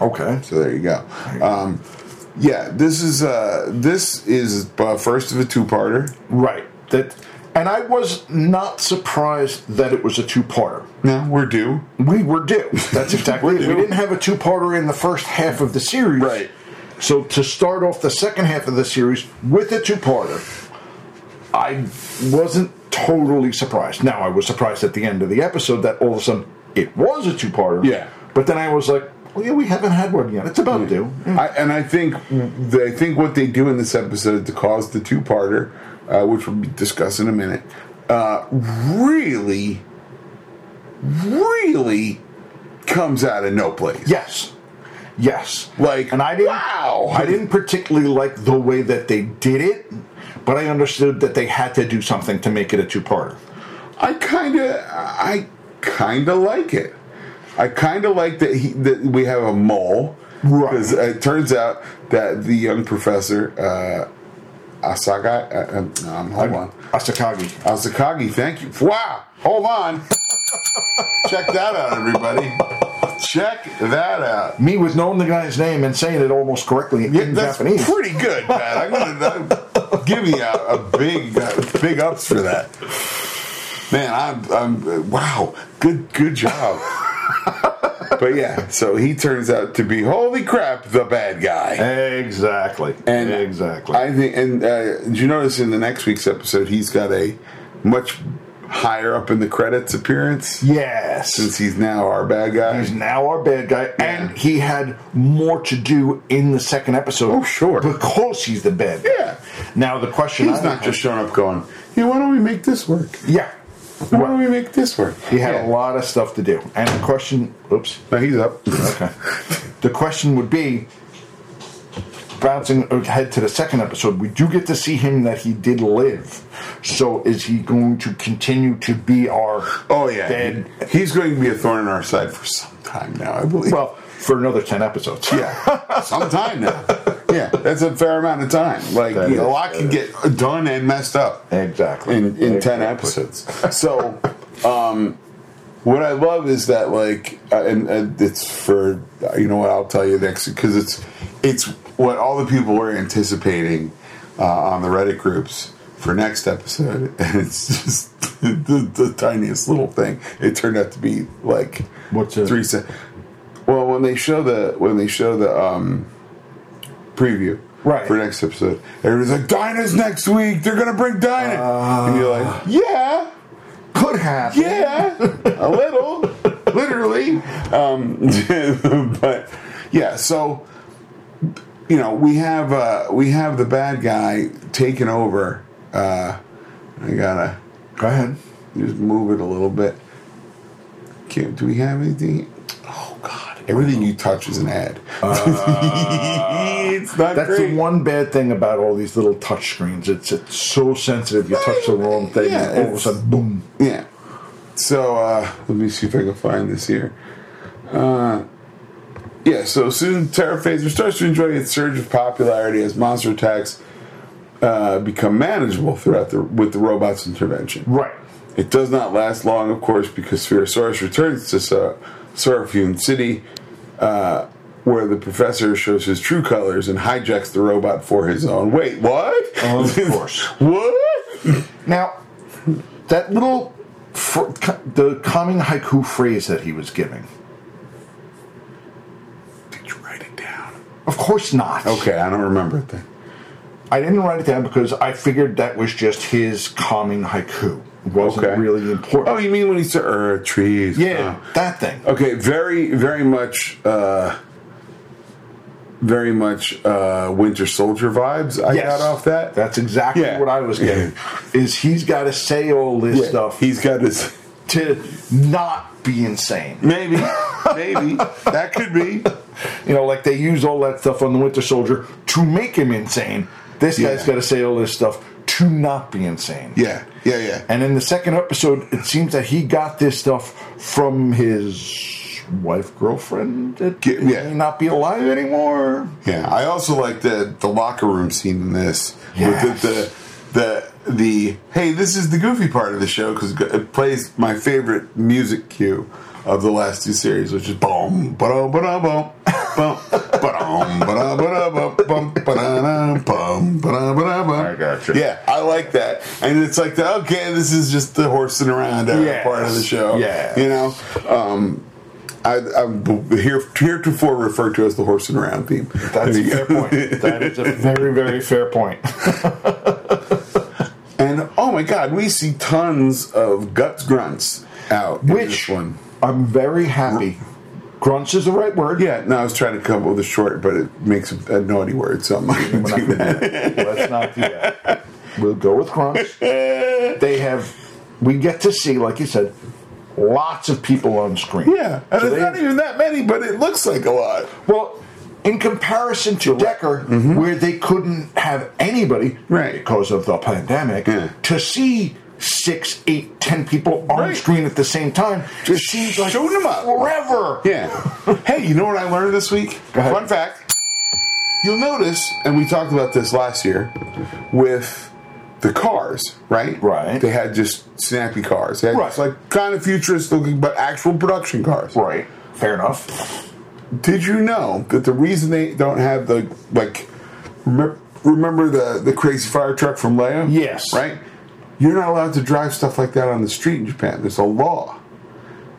Speaker 4: Okay.
Speaker 2: So there you go. Um, yeah, this is uh, this is uh, first of a two-parter.
Speaker 4: Right. That. And I was not surprised that it was a two-parter.
Speaker 2: No, we're due.
Speaker 4: We were due. That's exactly
Speaker 2: We're
Speaker 4: it.
Speaker 2: due.
Speaker 4: We didn't have a two-parter in the first half of the series.
Speaker 2: Right.
Speaker 4: So to start off the second half of the series with a two-parter, I wasn't totally surprised. Now I was surprised at the end of the episode that all of a sudden it was a two-parter.
Speaker 2: Yeah.
Speaker 4: But then I was like, well, yeah, we haven't had one yet. It's about due.
Speaker 2: I, and I think I think what they do in this episode to cause the two-parter, uh, which we'll be discuss in a minute, uh, really, really comes out of no place.
Speaker 4: Yes. Yes.
Speaker 2: Like,
Speaker 4: and I didn't
Speaker 2: wow!
Speaker 4: I didn't particularly like the way that they did it, but I understood that they had to do something to make it a two-parter.
Speaker 2: I kind of, I kind of like it. I kind of like that, he, that we have a mole.
Speaker 4: Right.
Speaker 2: Because it turns out that the young professor, uh, Asaga, uh, um, no, I'm- hold on.
Speaker 4: Asakagi.
Speaker 2: Asakagi, thank you. Wow, hold on. Check that out, everybody. Check that out.
Speaker 4: Me was knowing the guy's name and saying it almost correctly in
Speaker 2: That's
Speaker 4: Japanese.
Speaker 2: pretty good, man. I'm gonna I'm, give you a, a big, uh, big ups for that. Man, I'm, I'm, uh, wow, good, good job. but yeah, so he turns out to be holy crap, the bad guy.
Speaker 4: Exactly.
Speaker 2: And
Speaker 4: exactly.
Speaker 2: I think, and uh, did you notice in the next week's episode, he's got a much higher up in the credits appearance. since
Speaker 4: yes.
Speaker 2: he's now our bad guy.
Speaker 4: He's now our bad guy, and he had more to do in the second episode.
Speaker 2: Oh, sure.
Speaker 4: Because he's the bad guy.
Speaker 2: yeah,
Speaker 4: Now, the question
Speaker 2: he's
Speaker 4: I
Speaker 2: not
Speaker 4: have-
Speaker 2: just showing up going, "Hey, why don't we make this work?
Speaker 4: Yeah.
Speaker 2: Why don't we make this work?"
Speaker 4: He had
Speaker 2: Yeah.
Speaker 4: a lot of stuff to do. And the question, oops,
Speaker 2: No, he's up.
Speaker 4: okay. the question would be bouncing ahead to the second episode, we do get to see him that he did live. So is he going to continue to be our
Speaker 2: oh yeah,
Speaker 4: dead
Speaker 2: he's going to be a thorn in our side for some time now. I believe.
Speaker 4: well for another ten episodes.
Speaker 2: yeah, some time now. Yeah, that's a fair amount of time. Like
Speaker 4: That
Speaker 2: you know,
Speaker 4: is-
Speaker 2: a lot can get done and messed up.
Speaker 4: Exactly.
Speaker 2: in, in 10
Speaker 4: Exactly.
Speaker 2: episodes. So, um, what I love is that, like, uh, and, and it's for, you know what, I'll tell you next, because it's, it's what all the people were anticipating uh, on the Reddit groups for next episode. And it's just the, the tiniest little thing. It turned out to be like
Speaker 4: What's it?
Speaker 2: three se- Well, when they show the, when they show the, um, preview
Speaker 4: Right.
Speaker 2: for next episode. Everybody's like, Dinah's next week. They're gonna bring Dinah, and you're like, yeah,
Speaker 4: Could happen.
Speaker 2: e- yeah, a little, literally. Um, but yeah, so you know, we have uh, we have the bad guy taking over. Uh, I gotta
Speaker 4: Go ahead.
Speaker 2: just move it a little bit. Can't, do we have anything? Oh God! Everything you touch is an ad. it's not
Speaker 4: That's
Speaker 2: great.
Speaker 4: the one bad thing about all these little touch screens. It's it's so sensitive. You touch the wrong thing,
Speaker 2: Yeah,
Speaker 4: and all of a
Speaker 2: it's-
Speaker 4: sudden, boom.
Speaker 2: Yeah. So uh, let me see if I can find this here. Uh, yeah. So soon, Terra Phaser starts to enjoy its surge of popularity as monster attacks uh, become manageable throughout the with the robot's intervention.
Speaker 4: Right.
Speaker 2: It does not last long, of course, because Spherosaurus returns to Ser- Seraphim City, uh, where the professor shows his true colors and hijacks the robot for his own. Wait, what?
Speaker 4: Of course.
Speaker 2: what?
Speaker 4: Now, that little fr- co- the coming haiku phrase that he was giving.
Speaker 2: Did you write it down?
Speaker 4: Of course not.
Speaker 2: Okay, I don't remember it then.
Speaker 4: I didn't write it down because I figured that was just his calming haiku. It wasn't
Speaker 2: Okay.
Speaker 4: really important.
Speaker 2: Oh, you mean when he said uh, trees?
Speaker 4: yeah, that thing.
Speaker 2: Uh, okay. Very, very much. Uh, very much uh, Winter Soldier vibes. I
Speaker 4: Yes.
Speaker 2: got off that.
Speaker 4: That's exactly
Speaker 2: Yeah.
Speaker 4: what I was getting. Is he's got to say all this
Speaker 2: Yeah,
Speaker 4: stuff
Speaker 2: He's got his
Speaker 4: to not be insane.
Speaker 2: maybe, maybe that could be.
Speaker 4: You know, like they use all that stuff on the Winter Soldier to make him insane. This
Speaker 2: Yeah.
Speaker 4: guy's got to say all this stuff to not be insane.
Speaker 2: Yeah, yeah, yeah.
Speaker 4: And in the second episode, it seems that he got this stuff from his wife, girlfriend that
Speaker 2: Ge- yeah.
Speaker 4: may not be alive anymore.
Speaker 2: Yeah, I also like the the locker room scene in this with
Speaker 4: Yes.
Speaker 2: the, the the the hey, this is the goofy part of the show because it plays my favorite music cue of the last two series, which is boom, ba-dum, ba-dum, boom, boom, ba-dum, ba-dum, ba-dum, boom, boom, ba-dum, boom, ba-dum, ba-dum, boom.
Speaker 4: I gotcha.
Speaker 2: Yeah, I like that, and it's like the, okay, this is just the horsing around uh,
Speaker 4: Yes.
Speaker 2: part of the show.
Speaker 4: Yes.
Speaker 2: you know. Um, I, I'm here, heretofore referred to as the horsing around theme.
Speaker 4: That's
Speaker 2: There
Speaker 4: a
Speaker 2: you
Speaker 4: fair
Speaker 2: go.
Speaker 4: point. That is a very, very fair point.
Speaker 2: And oh my God, we see tons of guts grunts out. in
Speaker 4: Which
Speaker 2: this one?
Speaker 4: I'm very happy. Grunts is the right word.
Speaker 2: Yeah, no, I was trying to come up with a short, but it makes a naughty word, so I'm not going
Speaker 4: We're
Speaker 2: to
Speaker 4: not
Speaker 2: do
Speaker 4: gonna do
Speaker 2: that.
Speaker 4: that. Let's not do that. We'll go with grunts. They have. We get to see, like you said, lots of people on screen.
Speaker 2: Yeah, and
Speaker 4: So
Speaker 2: it's
Speaker 4: they-
Speaker 2: not even that many, but it looks like a lot.
Speaker 4: Well, in comparison to Decker, where they couldn't have anybody
Speaker 2: Mm-hmm. Right.
Speaker 4: because of the pandemic,
Speaker 2: Yeah.
Speaker 4: to see six, eight, ten people on
Speaker 2: Right.
Speaker 4: screen at the same time just seems like
Speaker 2: shooting 'em up.
Speaker 4: forever.
Speaker 2: Yeah. hey, you know what I learned this week?
Speaker 4: Go ahead.
Speaker 2: Fun fact. You'll notice, and we talked about this last year with the cars, right?
Speaker 4: Right.
Speaker 2: They had just snappy cars. They had
Speaker 4: Right.
Speaker 2: just, like kind of futurist looking, but actual production cars.
Speaker 4: Right. Fair enough.
Speaker 2: Did you know that the reason they don't have the like remember, remember the the crazy fire truck from Leia?
Speaker 4: Yes.
Speaker 2: Right? You're not allowed to drive stuff like that on the street in Japan. There's a law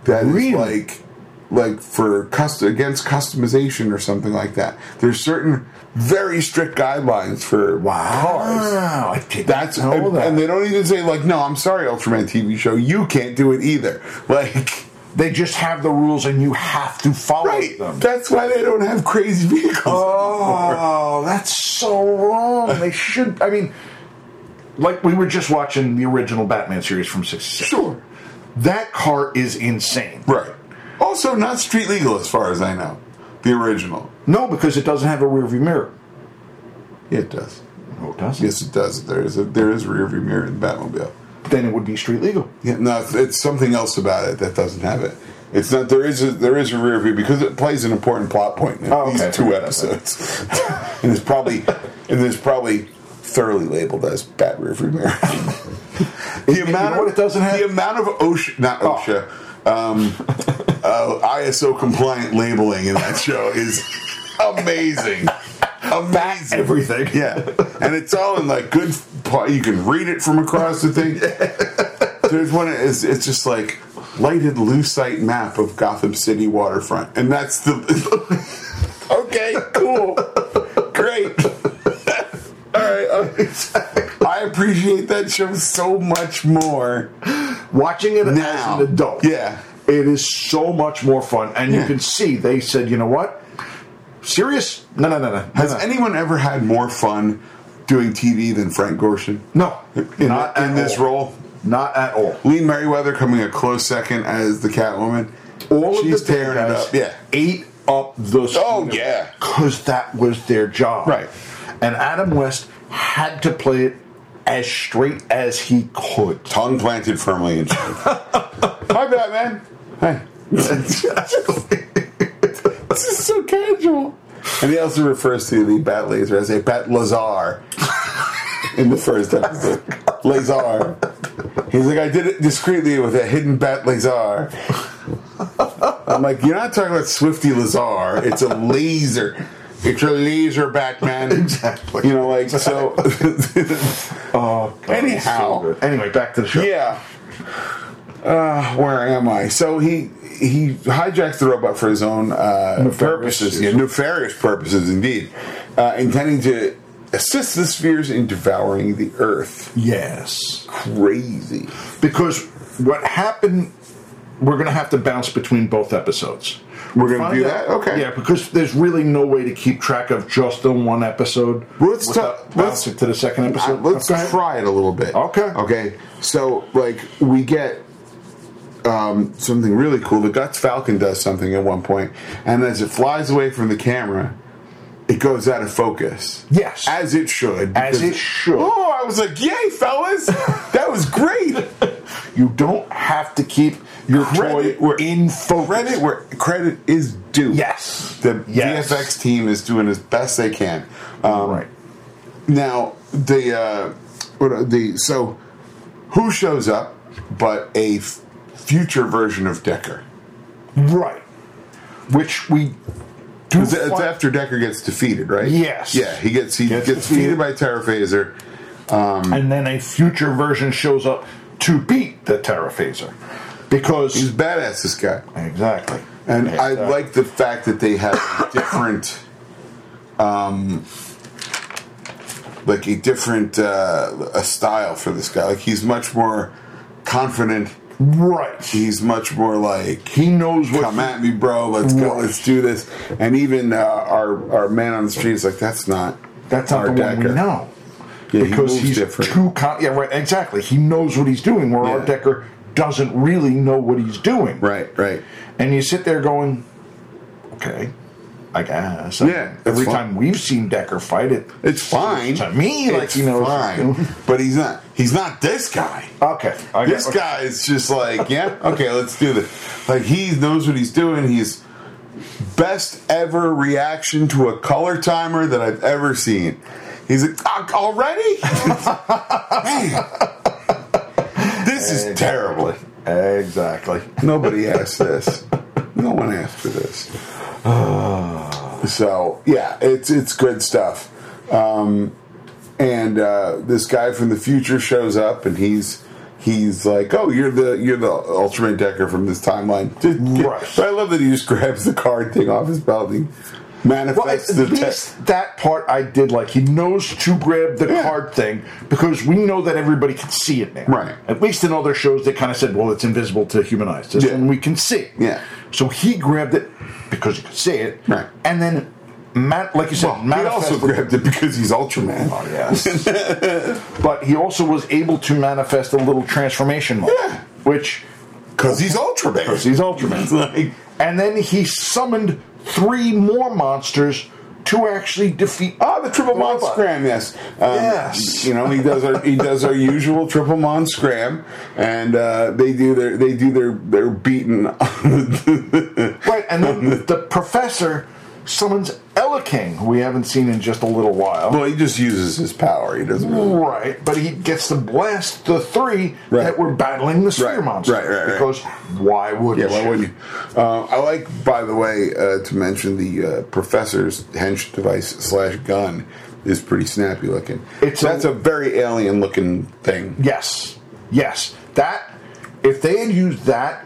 Speaker 2: that is
Speaker 4: Really?
Speaker 2: like like for custom against customization or something like that. There's certain very strict guidelines for cars.
Speaker 4: Wow. I did
Speaker 2: That's
Speaker 4: not know
Speaker 2: and,
Speaker 4: that.
Speaker 2: and they don't even say like, no, I'm sorry, Ultraman TV show, you can't do it either. Like
Speaker 4: They just have the rules and you have to follow
Speaker 2: Right.
Speaker 4: them.
Speaker 2: That's why they don't have crazy vehicles.
Speaker 4: Oh, that's so wrong. They should. I mean, like we were just watching the original Batman series from '66.
Speaker 2: Sure.
Speaker 4: That car is insane.
Speaker 2: Right. Also, not street legal as far as I know. The original.
Speaker 4: No, because it doesn't have a rear view mirror.
Speaker 2: It does.
Speaker 4: No, it doesn't.
Speaker 2: Yes, it does. There is a there is a rear view mirror in the Batmobile.
Speaker 4: Then it would be street legal.
Speaker 2: Yeah, no, it's, it's something else about it that doesn't have it. It's not. There is a there is a rear view because it plays an important plot point in
Speaker 4: Oh,
Speaker 2: these
Speaker 4: okay.
Speaker 2: two episodes, and it's probably and it's probably thoroughly labeled as bat rear view mirror. the amount
Speaker 4: know what it doesn't have?
Speaker 2: the amount of OSHA not
Speaker 4: Oh.
Speaker 2: OSHA um, uh, ISO compliant labeling in that show is amazing. Amazing.
Speaker 4: everything.
Speaker 2: Yeah, and it's all in like good. pl- You can read it from across the thing. There's one. It's, it's just like lighted lucite map of Gotham City waterfront, and that's the. okay, cool, great. all right, uh, I appreciate that show so much more
Speaker 4: Watching it
Speaker 2: now.
Speaker 4: as an adult.
Speaker 2: yeah.
Speaker 4: It is so much more fun, and you
Speaker 2: Yeah.
Speaker 4: can see they said, you know what? Serious? No, no, no, no.
Speaker 2: Has
Speaker 4: no, no.
Speaker 2: anyone ever had more fun doing TV than Frank Gorshin?
Speaker 4: No,
Speaker 2: in,
Speaker 4: not
Speaker 2: in
Speaker 4: at
Speaker 2: this
Speaker 4: all.
Speaker 2: role.
Speaker 4: Not at all.
Speaker 2: Lee Merriweather coming a close second as the Catwoman.
Speaker 4: All
Speaker 2: She's
Speaker 4: of the big
Speaker 2: tearing it
Speaker 4: guys
Speaker 2: up. Yeah.
Speaker 4: ate up the.
Speaker 2: Oh, yeah.
Speaker 4: because that was their job,
Speaker 2: Right.
Speaker 4: And Adam West had to play it as straight as he could.
Speaker 2: Tongue planted firmly in Hi, Batman. Hi. this is so casual. And he also refers to the Bat Laser as a Bat Lazar in the first episode. Lazar. He's like, I did it discreetly with a hidden Bat Lazar. I'm like, you're not talking about Swifty Lazar. It's a laser. It's a laser, Batman.
Speaker 4: Exactly.
Speaker 2: You know, like, so.
Speaker 4: Oh, God, it's so
Speaker 2: Anyhow.
Speaker 4: good. anyway, back to the show.
Speaker 2: Yeah. Uh, where am I? So he he hijacks the robot for his own uh,
Speaker 4: Nefarious
Speaker 2: purposes,
Speaker 4: use.
Speaker 2: yeah, nefarious purposes indeed, uh, intending to assist the spheres in devouring the Earth.
Speaker 4: Yes,
Speaker 2: Crazy.
Speaker 4: because what happened? We're going to have to bounce between both episodes.
Speaker 2: We're gonna
Speaker 4: Find
Speaker 2: do that? Okay.
Speaker 4: Yeah, because there's really no way to keep track of just the one episode.
Speaker 2: Let's
Speaker 4: without
Speaker 2: talk- let's-
Speaker 4: bouncing to the second
Speaker 2: Uh,
Speaker 4: episode.
Speaker 2: let's
Speaker 4: Go ahead.
Speaker 2: try it a little bit.
Speaker 4: Okay.
Speaker 2: Okay. So like we get um, something really cool. The Guts Falcon does something at one point, and as it flies away from the camera, it goes out of focus.
Speaker 4: Yes.
Speaker 2: As it should.
Speaker 4: As
Speaker 2: because-
Speaker 4: it should.
Speaker 2: Oh, I was like, yay, fellas! that was great.
Speaker 4: You don't have to keep your
Speaker 2: Credit
Speaker 4: toy
Speaker 2: where-
Speaker 4: in focus.
Speaker 2: credit where credit is due.
Speaker 4: Yes.
Speaker 2: The
Speaker 4: Yes.
Speaker 2: VFX team is doing as best they can. Um,
Speaker 4: right.
Speaker 2: Now the uh, what are the so who shows up but a f- future version of Decker?
Speaker 4: Right. Which we do.
Speaker 2: It's, it's
Speaker 4: find-
Speaker 2: after Decker gets defeated, right?
Speaker 4: Yes.
Speaker 2: Yeah, he gets he
Speaker 4: Gets
Speaker 2: gets,
Speaker 4: defeated.
Speaker 2: defeated by Terra Phaser.
Speaker 4: and then a future version shows up to beat the Terra Phaser. Because.
Speaker 2: He's badass, this guy,
Speaker 4: exactly.
Speaker 2: and I
Speaker 4: Exactly.
Speaker 2: like the fact that they have a different, um, like a different uh, a style for this guy. Like he's much more confident.
Speaker 4: Right.
Speaker 2: He's much more like
Speaker 4: He knows what.
Speaker 2: come at me, bro. Let's go.
Speaker 4: Right.
Speaker 2: Let's do this. And even uh, our our man on the street is like, that's not.
Speaker 4: That's not
Speaker 2: our
Speaker 4: the one
Speaker 2: Decker."
Speaker 4: we know.
Speaker 2: Yeah, he
Speaker 4: because
Speaker 2: moves
Speaker 4: he's
Speaker 2: different.
Speaker 4: too con- yeah right exactly he knows what he's doing where our
Speaker 2: Yeah.
Speaker 4: Decker doesn't really know what he's doing
Speaker 2: Right, right.
Speaker 4: and you sit there going okay I guess.
Speaker 2: Yeah, it's
Speaker 4: Every
Speaker 2: fine.
Speaker 4: time we've seen Decker fight it,
Speaker 2: It's fine.
Speaker 4: to me, like
Speaker 2: it's
Speaker 4: you know,
Speaker 2: fine. but he's not. He's not this guy.
Speaker 4: Okay, I
Speaker 2: This
Speaker 4: guess.
Speaker 2: guy is just like, yeah, okay, let's do this. Like he knows what he's doing. He's best ever reaction to a color timer that I've ever seen. He's like, "Ah, already? Man, this is terrible.
Speaker 4: Exactly.
Speaker 2: Nobody asked this. No one asked for this. So yeah, it's it's good stuff. Um, and uh, this guy from the future shows up, and he's he's like, "Oh, you're the you're the Ultraman Decker from this timeline." Just get-
Speaker 4: Right.
Speaker 2: But I love that he just grabs the card thing off his belt and he
Speaker 4: Well, at
Speaker 2: manifests the text.
Speaker 4: least that part I did like. He knows to grab the
Speaker 2: Yeah.
Speaker 4: card thing because we know that everybody can see it now.
Speaker 2: Right.
Speaker 4: At least in other shows, they kind of said, well, it's invisible to human eyes. This
Speaker 2: Yeah.
Speaker 4: one we can see.
Speaker 2: Yeah.
Speaker 4: So he grabbed it because he could see it.
Speaker 2: Right.
Speaker 4: And then, man, like you said,
Speaker 2: He also
Speaker 4: manifested-
Speaker 2: grabbed it because he's Ultraman.
Speaker 4: Oh, yes. but he also was able to manifest a little transformation moment,
Speaker 2: Yeah.
Speaker 4: which
Speaker 2: Because he's Ultraman.
Speaker 4: because he's Ultraman.
Speaker 2: It's like,
Speaker 4: and then he summoned three more monsters to actually defeat.
Speaker 2: Oh, the triple mon
Speaker 4: Robot.
Speaker 2: scram, yes. Um,
Speaker 4: Yes.
Speaker 2: You know, he does our he does our usual triple mon scram and uh, they do their they do their their beating
Speaker 4: Right, and then the professor summons Ella King, who we haven't seen in just a little while.
Speaker 2: Well, he just uses his power. He doesn't really
Speaker 4: Right, but he gets to blast the three
Speaker 2: Right.
Speaker 4: that were battling the sphere
Speaker 2: Right,
Speaker 4: monster.
Speaker 2: right, right, right.
Speaker 4: Because why would
Speaker 2: Yeah, why wouldn't you? Uh, I like, by the way, uh, to mention the uh, professor's hench device slash gun is pretty snappy looking.
Speaker 4: It's
Speaker 2: That's
Speaker 4: a-
Speaker 2: a, very alien looking thing.
Speaker 4: Yes, yes. That if they had used that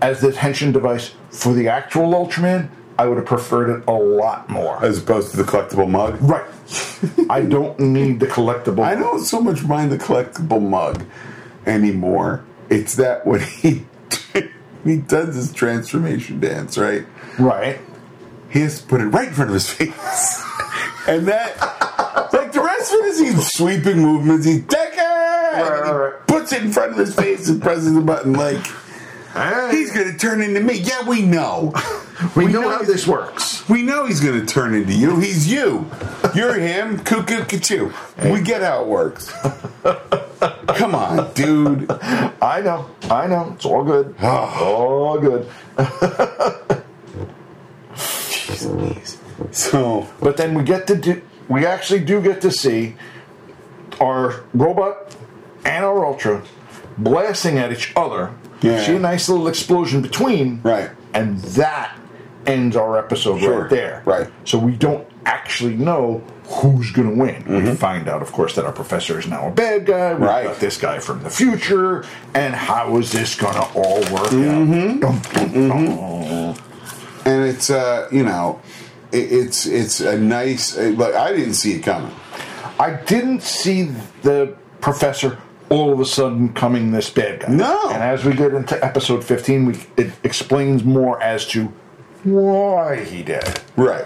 Speaker 4: as the tension device for the actual Ultraman, I would have preferred it a lot more.
Speaker 2: As opposed to the collectible mug.
Speaker 4: Right. I don't need the collectible.
Speaker 2: I don't so much mind the collectible mug anymore. It's that when he he does his transformation dance, right?
Speaker 4: Right.
Speaker 2: He has to put it right in front of his face. and that like the rest of it is he's sweeping movements, he's Decker and he
Speaker 4: right, right.
Speaker 2: puts it in front of his face and presses the button like he's gonna turn into me. Yeah, we know.
Speaker 4: we, know, how
Speaker 2: he's-
Speaker 4: this works.
Speaker 2: We know he's gonna turn into you. He's you. You're him. Cuckoo cuckoo. We get how it works. Come on, dude.
Speaker 4: I know. I know. It's all good. all good.
Speaker 2: So
Speaker 4: But then we get to do. We actually do get to see our robot and our Ultra blasting at each other.
Speaker 2: Yeah.
Speaker 4: See a nice little explosion between.
Speaker 2: Right.
Speaker 4: And that ends our episode
Speaker 2: Sure.
Speaker 4: right there.
Speaker 2: Right.
Speaker 4: So we don't actually know who's going to win. We find out, of course, that our professor is now a bad guy. We
Speaker 2: Mm-hmm. Right.
Speaker 4: got this guy from the future. And how is this going to all work
Speaker 2: Mm-hmm.
Speaker 4: out? Dum, dum, dum.
Speaker 2: and it's uh you know it, it's it's a nice uh, like I didn't see it coming.
Speaker 4: I didn't see the professor all of a sudden coming this bad guy.
Speaker 2: No.
Speaker 4: And as we get into episode 15, we, it explains more as to why he did it.
Speaker 2: Right.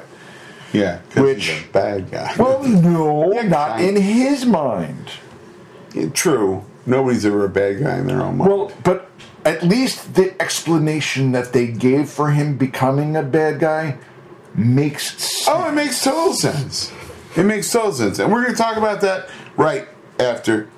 Speaker 2: Yeah. 'cause
Speaker 4: Which-
Speaker 2: he's a bad guy.
Speaker 4: Well, no, not
Speaker 2: kind
Speaker 4: in his mind.
Speaker 2: Yeah, true. Nobody's ever a bad guy in their own mind.
Speaker 4: Well, but at least the explanation that they gave for him becoming a bad guy makes sense.
Speaker 2: oh, it makes total sense. It makes total sense, and we're going to talk about that right after.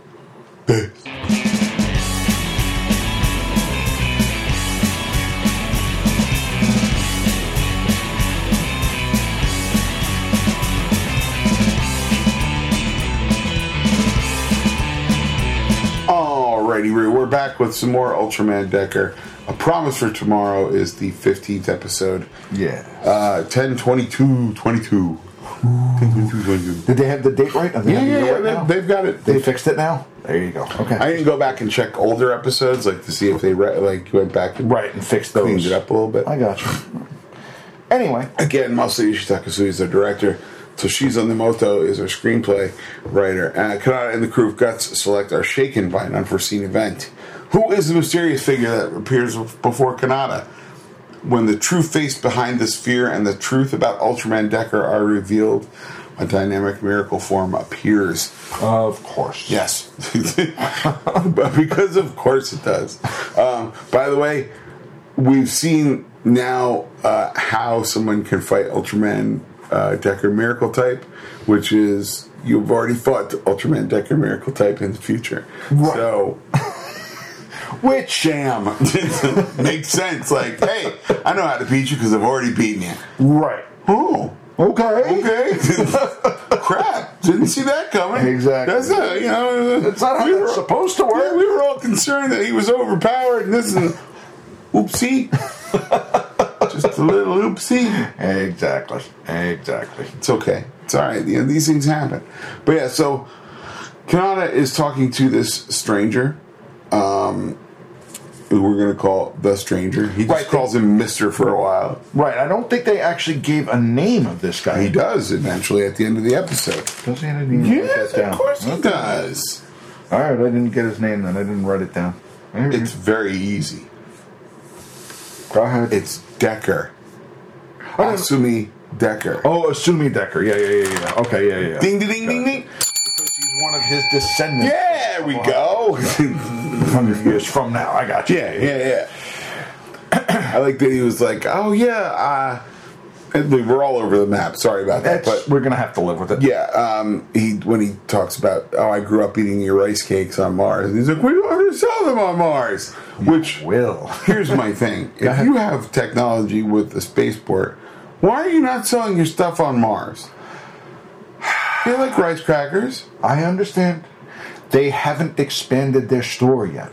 Speaker 2: Alrighty, Roo, we're back with some more Ultraman Decker. A promise for tomorrow is the 15th episode.
Speaker 4: Yeah.
Speaker 2: Uh, 10 22 22. 10, 22, 22.
Speaker 4: Did they have the date right? Are they
Speaker 2: Yeah,
Speaker 4: on the
Speaker 2: yeah,
Speaker 4: date
Speaker 2: yeah.
Speaker 4: right now?
Speaker 2: They, have got it.
Speaker 4: They
Speaker 2: They-
Speaker 4: fixed it now? There you go. Okay.
Speaker 2: I didn't go back and check older episodes, like to see if they re- like went back and
Speaker 4: right, and fixed those.
Speaker 2: cleaned it up a little bit.
Speaker 4: I got you. Anyway,
Speaker 2: Again, Masai Takasui is their director. So she's on the moto is our screenplay writer. Uh, Kanata and the crew of Guts select are shaken by an unforeseen event. Who is the mysterious figure that appears before Kanata? When the true face behind this fear and the truth about Ultraman Decker are revealed, a dynamic miracle form appears.
Speaker 4: of course.
Speaker 2: Yes. but because of course it does. Um, by the way, we've seen now uh, how someone can fight Ultraman uh, Decker Miracle type, which is you've already fought Ultraman Decker Miracle type in the future.
Speaker 4: Right.
Speaker 2: So
Speaker 4: Which
Speaker 2: sham makes sense. Like, hey, I know how to beat you because I've already beaten you.
Speaker 4: right.
Speaker 2: Oh,
Speaker 4: Okay.
Speaker 2: okay. Crap! Didn't see that coming.
Speaker 4: Exactly.
Speaker 2: That's not, you know.
Speaker 4: That's not how
Speaker 2: we
Speaker 4: it's
Speaker 2: were-
Speaker 4: supposed to work.
Speaker 2: Yeah, we were all concerned that he was overpowered, and this is oopsie. Just a little oopsie.
Speaker 4: Exactly. Exactly.
Speaker 2: It's okay. It's all right. You know, these things happen. But yeah, so Kanata is talking to this stranger. Um, who we're gonna call the stranger. He just
Speaker 4: Right.
Speaker 2: calls him Mister for a while.
Speaker 4: Right. I don't think they actually gave a name of this guy.
Speaker 2: He does eventually at the end of the episode.
Speaker 4: Does he? I didn't even write that
Speaker 2: Yes,
Speaker 4: down.
Speaker 2: of course he does.
Speaker 4: All right. I didn't get his name then. I didn't write it down.
Speaker 2: It's very easy.
Speaker 4: Go ahead.
Speaker 2: It's Decker.
Speaker 4: don't-
Speaker 2: Asumi Decker. Oh,
Speaker 4: oh, Asumi Decker. Yeah, yeah, yeah, yeah. Okay, yeah, yeah, yeah.
Speaker 2: Ding, ding, ding, ding, ding.
Speaker 4: Because he's one of his descendants.
Speaker 2: Yeah, we go.
Speaker 4: Hundred years from now. I got you.
Speaker 2: yeah, yeah, yeah. I like that he was like, oh, yeah. Uh, and we- we're all over the map. Sorry about that.
Speaker 4: That's,
Speaker 2: But
Speaker 4: we're gonna have to live with it.
Speaker 2: yeah, um, he when he talks about, oh, I grew up eating your rice cakes on Mars. And he's like, we don't ever sell them on Mars. Which,
Speaker 4: Will.
Speaker 2: here's my thing if
Speaker 4: ahead.
Speaker 2: you have technology with the spaceport, why are you not selling your stuff on Mars? They like rice crackers.
Speaker 4: I understand. They haven't expanded their store yet.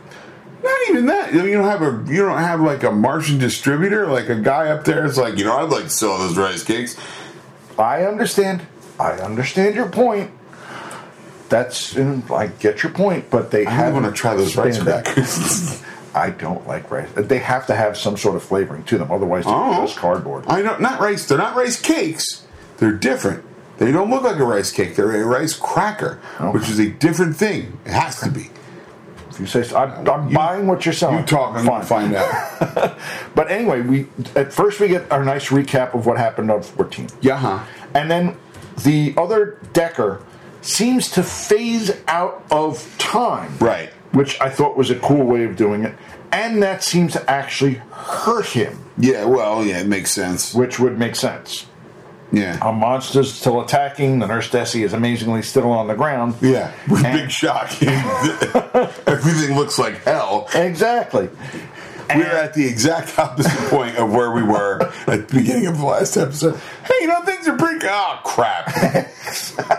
Speaker 2: Not even that. You don't have a you don't have like a Martian distributor, like a guy up there is like, you know, I'd like to sell those rice cakes.
Speaker 4: I understand. I understand your point. That's and I get your point, but they
Speaker 2: I
Speaker 4: haven't
Speaker 2: want to try those rice
Speaker 4: expanded.
Speaker 2: crackers.
Speaker 4: I don't like rice. They have to have some sort of flavoring to them, otherwise they're
Speaker 2: Oh.
Speaker 4: just cardboard.
Speaker 2: I know not rice. They're not rice cakes. They're different. They don't look like a rice cake. They're a rice cracker, which is a different thing. It has to be.
Speaker 4: If you say so, I'm, I'm buying what you're selling.
Speaker 2: You talk and
Speaker 4: fine.
Speaker 2: find out.
Speaker 4: But anyway, we at first we get our nice recap of what happened on 14,
Speaker 2: yeah. huh.
Speaker 4: and then the other Decker seems to phase out of time,
Speaker 2: Right.
Speaker 4: Which I thought was a cool way of doing it, and that seems to actually hurt him.
Speaker 2: Yeah. Well. Yeah. It makes sense.
Speaker 4: which would make sense.
Speaker 2: Yeah.
Speaker 4: Our monster's still attacking. The nurse Desi is amazingly still on the ground.
Speaker 2: yeah.
Speaker 4: And-
Speaker 2: Big shock. Everything looks like hell.
Speaker 4: Exactly.
Speaker 2: We're at the exact opposite point of where we were at the beginning of the last episode. Hey, you know, things are pretty. Oh, crap.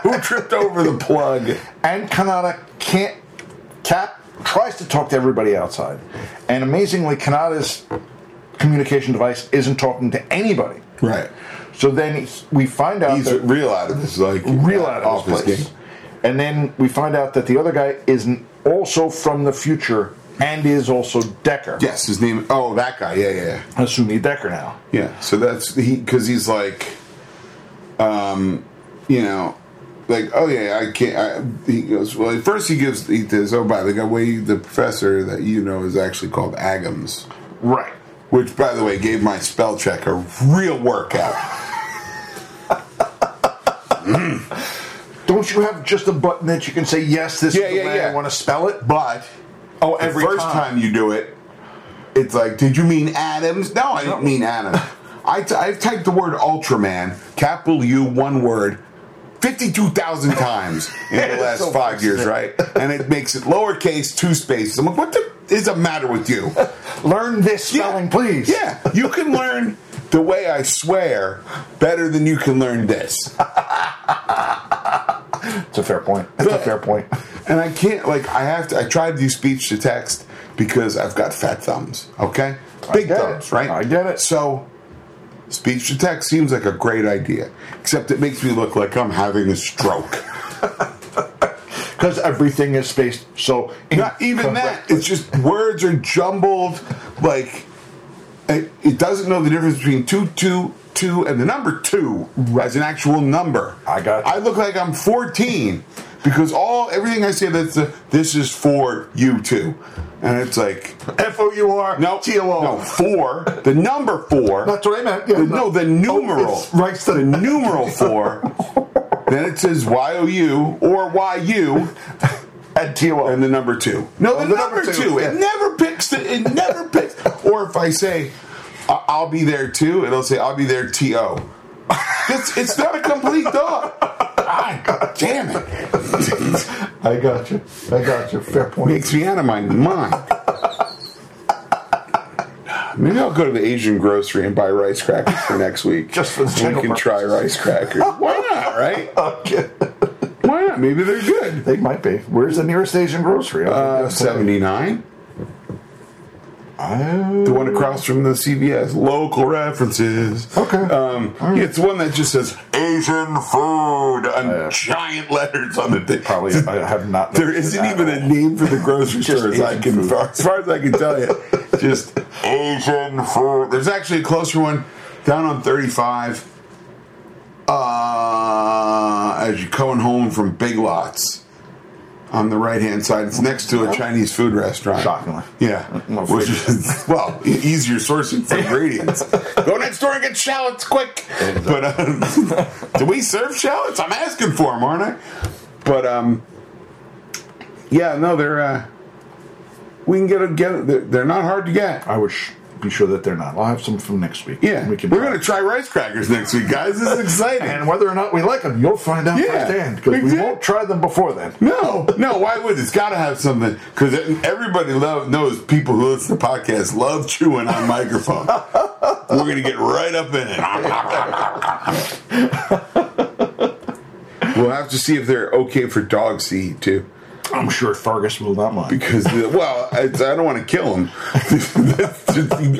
Speaker 2: Who tripped over the plug?
Speaker 4: And Kanata can't. Cap tries to talk to everybody outside, and amazingly, Kanata's communication device isn't talking to anybody.
Speaker 2: Right.
Speaker 4: So then he- we find out
Speaker 2: He's
Speaker 4: that
Speaker 2: real out of this, like,
Speaker 4: real out of
Speaker 2: office
Speaker 4: this place.
Speaker 2: game.
Speaker 4: And then we find out that the other guy is n- also from the future and is also Decker.
Speaker 2: Yes, his name. Oh, that guy. Yeah, yeah, yeah.
Speaker 4: Asumi Decker now.
Speaker 2: Yeah. So that's he because he's like, um, you know, like oh yeah, I can't. I, he goes well. At first he gives he says oh by the way the professor that you know is actually called Agams,
Speaker 4: Right.
Speaker 2: which by the way gave my spell check a real workout.
Speaker 4: Don't you have just a button that you can say yes? This
Speaker 2: Yeah,
Speaker 4: is the
Speaker 2: yeah,
Speaker 4: way
Speaker 2: yeah.
Speaker 4: I want to spell it.
Speaker 2: But
Speaker 4: Oh,
Speaker 2: the
Speaker 4: every
Speaker 2: first time.
Speaker 4: time.
Speaker 2: you do it, it's like, did you mean Adams? No, I didn't mean Adams. I, t- I typed the word Ultraman, capital U, one word, 52,000 times in the last
Speaker 4: so
Speaker 2: five years, right? And it makes it lowercase, two spaces. I'm like, what the is the matter with you?
Speaker 4: Learn this spelling, please.
Speaker 2: Yeah, you can learn the way I swear better than you can learn this.
Speaker 4: it's a fair point. It's a fair point.
Speaker 2: And I can't like I have to I try to do speech to text because I've got fat thumbs. Okay? Big
Speaker 4: get
Speaker 2: thumbs,
Speaker 4: it.
Speaker 2: right?
Speaker 4: I get it.
Speaker 2: So speech to text seems like a great idea. Except it makes me look like I'm having a stroke.
Speaker 4: Because everything is spaced. So
Speaker 2: Not even that. It's just words are jumbled like it, it doesn't know the difference between two two two and the number two as an actual number.
Speaker 4: I got you.
Speaker 2: I look like I'm 14 because all everything I say that's a, this is for you two. And it's like
Speaker 4: F O U R.
Speaker 2: No,
Speaker 4: T O O.
Speaker 2: No, four. The number four.
Speaker 4: That's what I meant. Yeah, Oh,
Speaker 2: The- no, the numeral.
Speaker 4: it's right, so-
Speaker 2: The numeral four. then it says Y O U or Y U.
Speaker 4: at TOL.
Speaker 2: and the number two. No, the,
Speaker 4: Oh, the
Speaker 2: number,
Speaker 4: number
Speaker 2: two.
Speaker 4: two,
Speaker 2: It
Speaker 4: yeah.
Speaker 2: never picks. The, it never picks. Or if I say, "I- "I'll be there too," it'll say, "I'll be there." To. It's, it's not a complete thought. God damn it!
Speaker 4: I got you. I got you. Fair point.
Speaker 2: Makes me out of my mind. Maybe I'll go to the Asian grocery and buy rice crackers for next week.
Speaker 4: Just for the
Speaker 2: And we
Speaker 4: general
Speaker 2: can try rice crackers. Why not? Right? Why not? Uh, Maybe they're good.
Speaker 4: They might be. Where's the nearest Asian grocery?
Speaker 2: Uh, Seventy nine. The one across from the CVS. Local references.
Speaker 4: Okay.
Speaker 2: Um, yeah, It's one that just says Asian food and giant letters on the thing.
Speaker 4: Uh, Probably,
Speaker 2: It's-
Speaker 4: I have not.
Speaker 2: There
Speaker 4: noticed
Speaker 2: isn't
Speaker 4: it at
Speaker 2: even a
Speaker 4: all.
Speaker 2: name for the grocery store as, I
Speaker 4: Asian
Speaker 2: can,
Speaker 4: food.
Speaker 2: as far as I can tell you. Just Asian food. There's actually a closer one down on 35. Uh, as you're coming home from Big Lots on the right hand side, it's next to a Chinese food restaurant.
Speaker 4: Shockingly.
Speaker 2: Yeah.
Speaker 4: Well,
Speaker 2: Which is, well, e- easier sourcing for ingredients. Go next door and get shallots quick. But uh, do we serve shallots? I'm asking for them, aren't I? But um, yeah, no, they're uh, we can get a get. They're, they're not hard to get.
Speaker 4: I would sh- be sure that they're not. I'll have some from next week.
Speaker 2: Yeah,
Speaker 4: we can.
Speaker 2: we're gonna try rice crackers next week, guys. This is exciting.
Speaker 4: And whether or not we like them, you'll find out
Speaker 2: Yeah,
Speaker 4: firsthand because we
Speaker 2: exact-
Speaker 4: won't try them before then.
Speaker 2: No, no. Why would it? it's got to have something? Because everybody love, knows people who listen to podcasts love chewing on microphone. We're gonna get right up in it. we'll have to see if they're okay for dogs to eat too.
Speaker 4: I'm sure Fergus will not mind.
Speaker 2: Because the, well, I, I don't want to kill him.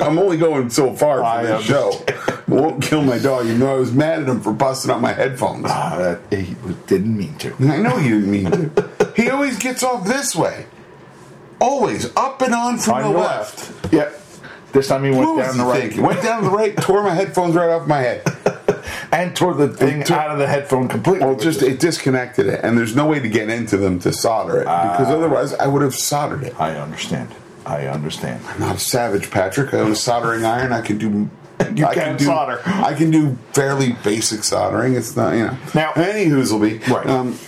Speaker 2: I'm only going so far
Speaker 4: I
Speaker 2: for this show. I won't kill my dog. You know, I was mad at him for busting out my headphones.
Speaker 4: Ah, that, he didn't mean to.
Speaker 2: I know he didn't mean to. He always gets off this way. Always up and on from the
Speaker 4: your
Speaker 2: left.
Speaker 4: Yep. This time he went
Speaker 2: What was
Speaker 4: down the
Speaker 2: he
Speaker 4: right
Speaker 2: thinking? Went down to the right, tore my headphones right off my head.
Speaker 4: and tore the thing
Speaker 2: tore-
Speaker 4: out of the headphone completely.
Speaker 2: Well, just it disconnected it, and there's no way to get into them to solder it
Speaker 4: Ah.
Speaker 2: because otherwise I would have soldered it.
Speaker 4: I understand. I understand.
Speaker 2: I'm not a savage, Patrick. I own a soldering iron. I can do.
Speaker 4: You
Speaker 2: I
Speaker 4: can
Speaker 2: do,
Speaker 4: solder.
Speaker 2: I can do fairly basic soldering. It's not you know.
Speaker 4: Now-
Speaker 2: any who's will be
Speaker 4: Right.
Speaker 2: Um,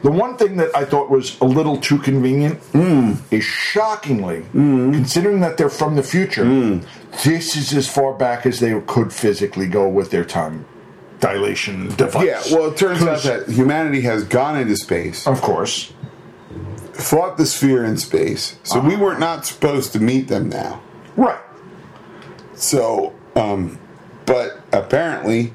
Speaker 4: The one thing that I thought was a little too convenient
Speaker 2: Hmm.
Speaker 4: is shockingly, considering that they're from the future,
Speaker 2: Hmm.
Speaker 4: this is as far back as they could physically go with their time dilation device.
Speaker 2: yeah. Well, it turns out
Speaker 4: 'Cause-
Speaker 2: that humanity has gone into space.
Speaker 4: Of course.
Speaker 2: fought the sphere in space, so we were not supposed to meet them now.
Speaker 4: Right.
Speaker 2: So, um, but apparently,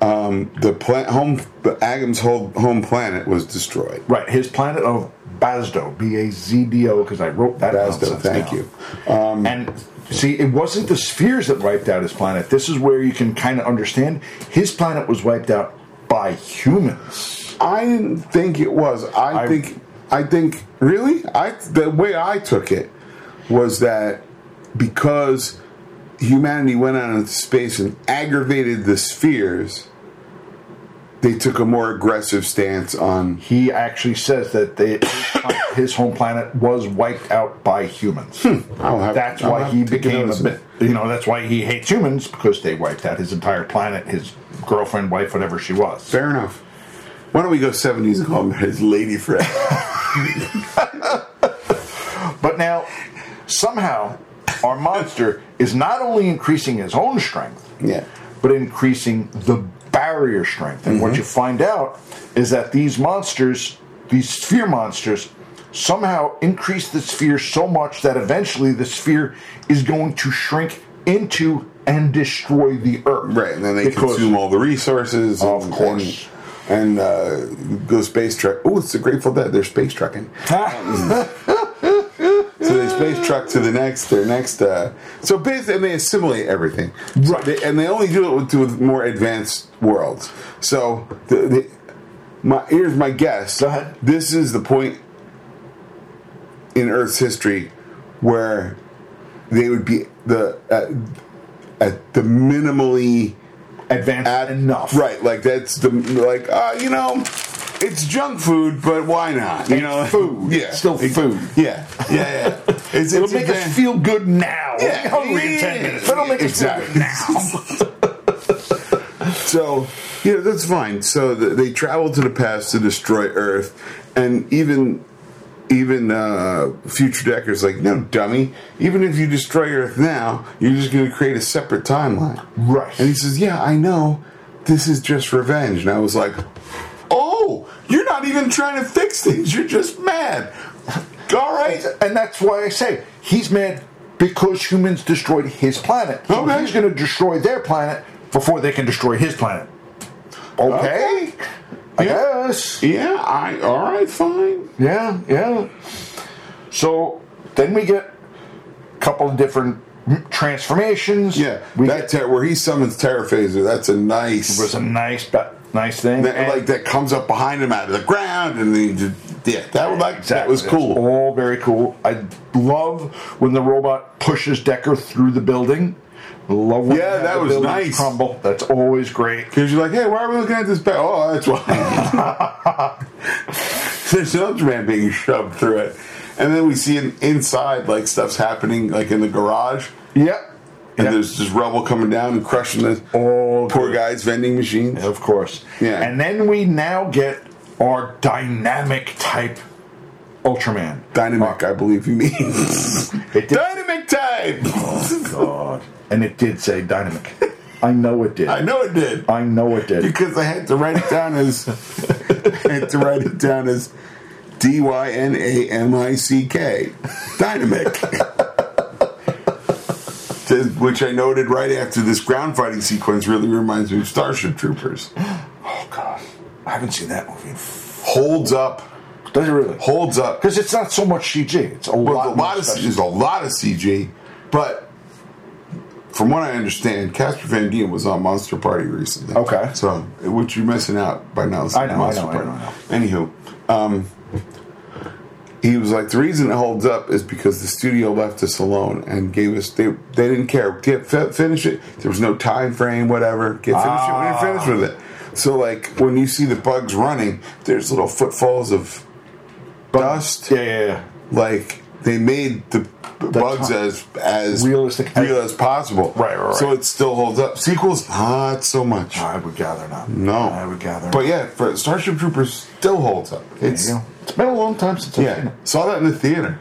Speaker 2: um, the plan- home, the Agam's whole home planet was destroyed.
Speaker 4: Right. His planet of Bazdo, B A Z D O, because I wrote that
Speaker 2: Basdo,
Speaker 4: nonsense
Speaker 2: thank
Speaker 4: down.
Speaker 2: you. Um,
Speaker 4: and see, it wasn't the spheres that wiped out his planet. This is where you can kind of understand his planet was wiped out by humans.
Speaker 2: I didn't think it was. I,
Speaker 4: I-
Speaker 2: think. I think really. I the way I took it was that because humanity went out into space and aggravated the spheres, they took a more aggressive stance on
Speaker 4: He actually says that they, his home planet was wiped out by humans.
Speaker 2: Hmm. I'll have-
Speaker 4: that's
Speaker 2: I'll
Speaker 4: why
Speaker 2: have
Speaker 4: he
Speaker 2: to take
Speaker 4: became a
Speaker 2: notice of
Speaker 4: bit. You know, that's why he hates humans because they wiped out his entire planet, his girlfriend, wife, whatever she was.
Speaker 2: Fair enough. Why don't we go 70s and call him his lady friend?
Speaker 4: But now, somehow, our monster is not only increasing his own strength,
Speaker 2: yeah.
Speaker 4: but increasing the barrier strength. And
Speaker 2: Mm-hmm.
Speaker 4: what you find out is that these monsters, these sphere monsters, somehow increase the sphere so much that eventually the sphere is going to shrink into and destroy the Earth.
Speaker 2: Right, and then they
Speaker 4: Because-
Speaker 2: consume all the resources.
Speaker 4: Of
Speaker 2: and,
Speaker 4: course.
Speaker 2: And, and uh, go space trek. Oh, it's the Grateful Dead. They're space trekking. So they space truck to the next, their next. Uh, so basically, and they assimilate everything.
Speaker 4: Right.
Speaker 2: They- and they only do it with, with more advanced worlds. So the, the, my here's my guess.
Speaker 4: Go ahead.
Speaker 2: This is the point in Earth's history where they would be the at, at the minimally
Speaker 4: Advanced
Speaker 2: at
Speaker 4: enough.
Speaker 2: Right. Like that's the like uh, you know. It's junk food, but why not? You know,
Speaker 4: food.
Speaker 2: Yeah,
Speaker 4: Still food.
Speaker 2: Yeah, yeah, yeah. It's,
Speaker 4: It'll
Speaker 2: it's
Speaker 4: make
Speaker 2: advan-
Speaker 4: us feel good now. We'll be
Speaker 2: Yeah.
Speaker 4: hungry in
Speaker 2: Yeah.
Speaker 4: 10 minutes. But it'll make us
Speaker 2: Exactly.
Speaker 4: feel good now.
Speaker 2: So, yeah, that's fine. So th they travel to the past to destroy Earth, and even even uh, Future Decker's like, no, dummy. Even if you destroy Earth now, you're just going to create a separate timeline.
Speaker 4: Right.
Speaker 2: And he says, yeah, I know. This is just revenge. And I was like, oh, you're not even trying to fix things. You're just mad. All right.
Speaker 4: And that's why I say he's mad because humans destroyed his planet. So
Speaker 2: Okay.
Speaker 4: he's going to destroy their planet before they can destroy his planet. Okay.
Speaker 2: Okay.
Speaker 4: I
Speaker 2: Yeah.
Speaker 4: guess.
Speaker 2: Yeah, I, all right, fine.
Speaker 4: Yeah, yeah. So then we get a couple of different transformations.
Speaker 2: Yeah,
Speaker 4: we
Speaker 2: that
Speaker 4: get,
Speaker 2: ter- where he summons Terra Phaser, that's a nice.
Speaker 4: was a nice, ba- nice thing.
Speaker 2: that,
Speaker 4: And-
Speaker 2: like that comes up behind him out of the ground, and he just, yeah, that was like that was
Speaker 4: Exactly. That's
Speaker 2: cool.
Speaker 4: all very cool. I love when the robot pushes Decker through the building. Love when
Speaker 2: Yeah,
Speaker 4: they have
Speaker 2: that
Speaker 4: the
Speaker 2: was
Speaker 4: buildings
Speaker 2: nice.
Speaker 4: Crumble. That's always great.
Speaker 2: Because you're like, hey, why are we looking at this bag? Oh, that's why. There's an Ultraman being shoved through it, and then we see an inside like stuff's happening like in the garage,
Speaker 4: Yep.
Speaker 2: and
Speaker 4: Yep.
Speaker 2: there's just rubble coming down and crushing the
Speaker 4: All
Speaker 2: poor
Speaker 4: good.
Speaker 2: guy's vending machine.
Speaker 4: Of course.
Speaker 2: Yeah.
Speaker 4: And then we now get our dynamic type Ultraman.
Speaker 2: Dynamic, I believe he means.
Speaker 4: It did,
Speaker 2: Dynamic type.
Speaker 4: God. And it did say dynamic. I know it did.
Speaker 2: I
Speaker 4: I,
Speaker 2: know it did.
Speaker 4: know it did.
Speaker 2: because I had to write it down as I had to write it down as D Y N A M I C K, dynamic. Says- Which I noted right after this ground fighting sequence really reminds me of Starship Troopers.
Speaker 4: Oh, God. I haven't seen that movie.
Speaker 2: Holds up,
Speaker 4: Does it really?
Speaker 2: holds up.
Speaker 4: Because it's not so much CG. It's a
Speaker 2: Well,
Speaker 4: lot,
Speaker 2: there's a lot
Speaker 4: more
Speaker 2: of
Speaker 4: special.
Speaker 2: there's a lot of CG, but from what I understand, Casper Van Dien was on Monster Party recently.
Speaker 4: Okay.
Speaker 2: so which you're missing out by not listening
Speaker 4: I know,
Speaker 2: to
Speaker 4: I
Speaker 2: Monster
Speaker 4: know, I
Speaker 2: Party.
Speaker 4: know, I know.
Speaker 2: Anywho, um, he was like the reason it holds up is because the studio left us alone and gave us they they didn't care get fi- finish it. There was no time frame, whatever. Get finish it when you're finished with it. So like when you see the bugs running, there's little footfalls of dust
Speaker 4: Yeah, yeah, yeah.
Speaker 2: like they made the b- bugs
Speaker 4: ti-
Speaker 2: as as
Speaker 4: Realistic.
Speaker 2: real as possible.
Speaker 4: Right, right, right.
Speaker 2: So it still holds up. Sequels, not so much.
Speaker 4: I would gather not.
Speaker 2: No,
Speaker 4: I would gather.
Speaker 2: But yeah, for Starship Troopers still holds up. It's
Speaker 4: There you go. it's been a long time since I've seen
Speaker 2: yeah.
Speaker 4: it.
Speaker 2: Saw that in the theater.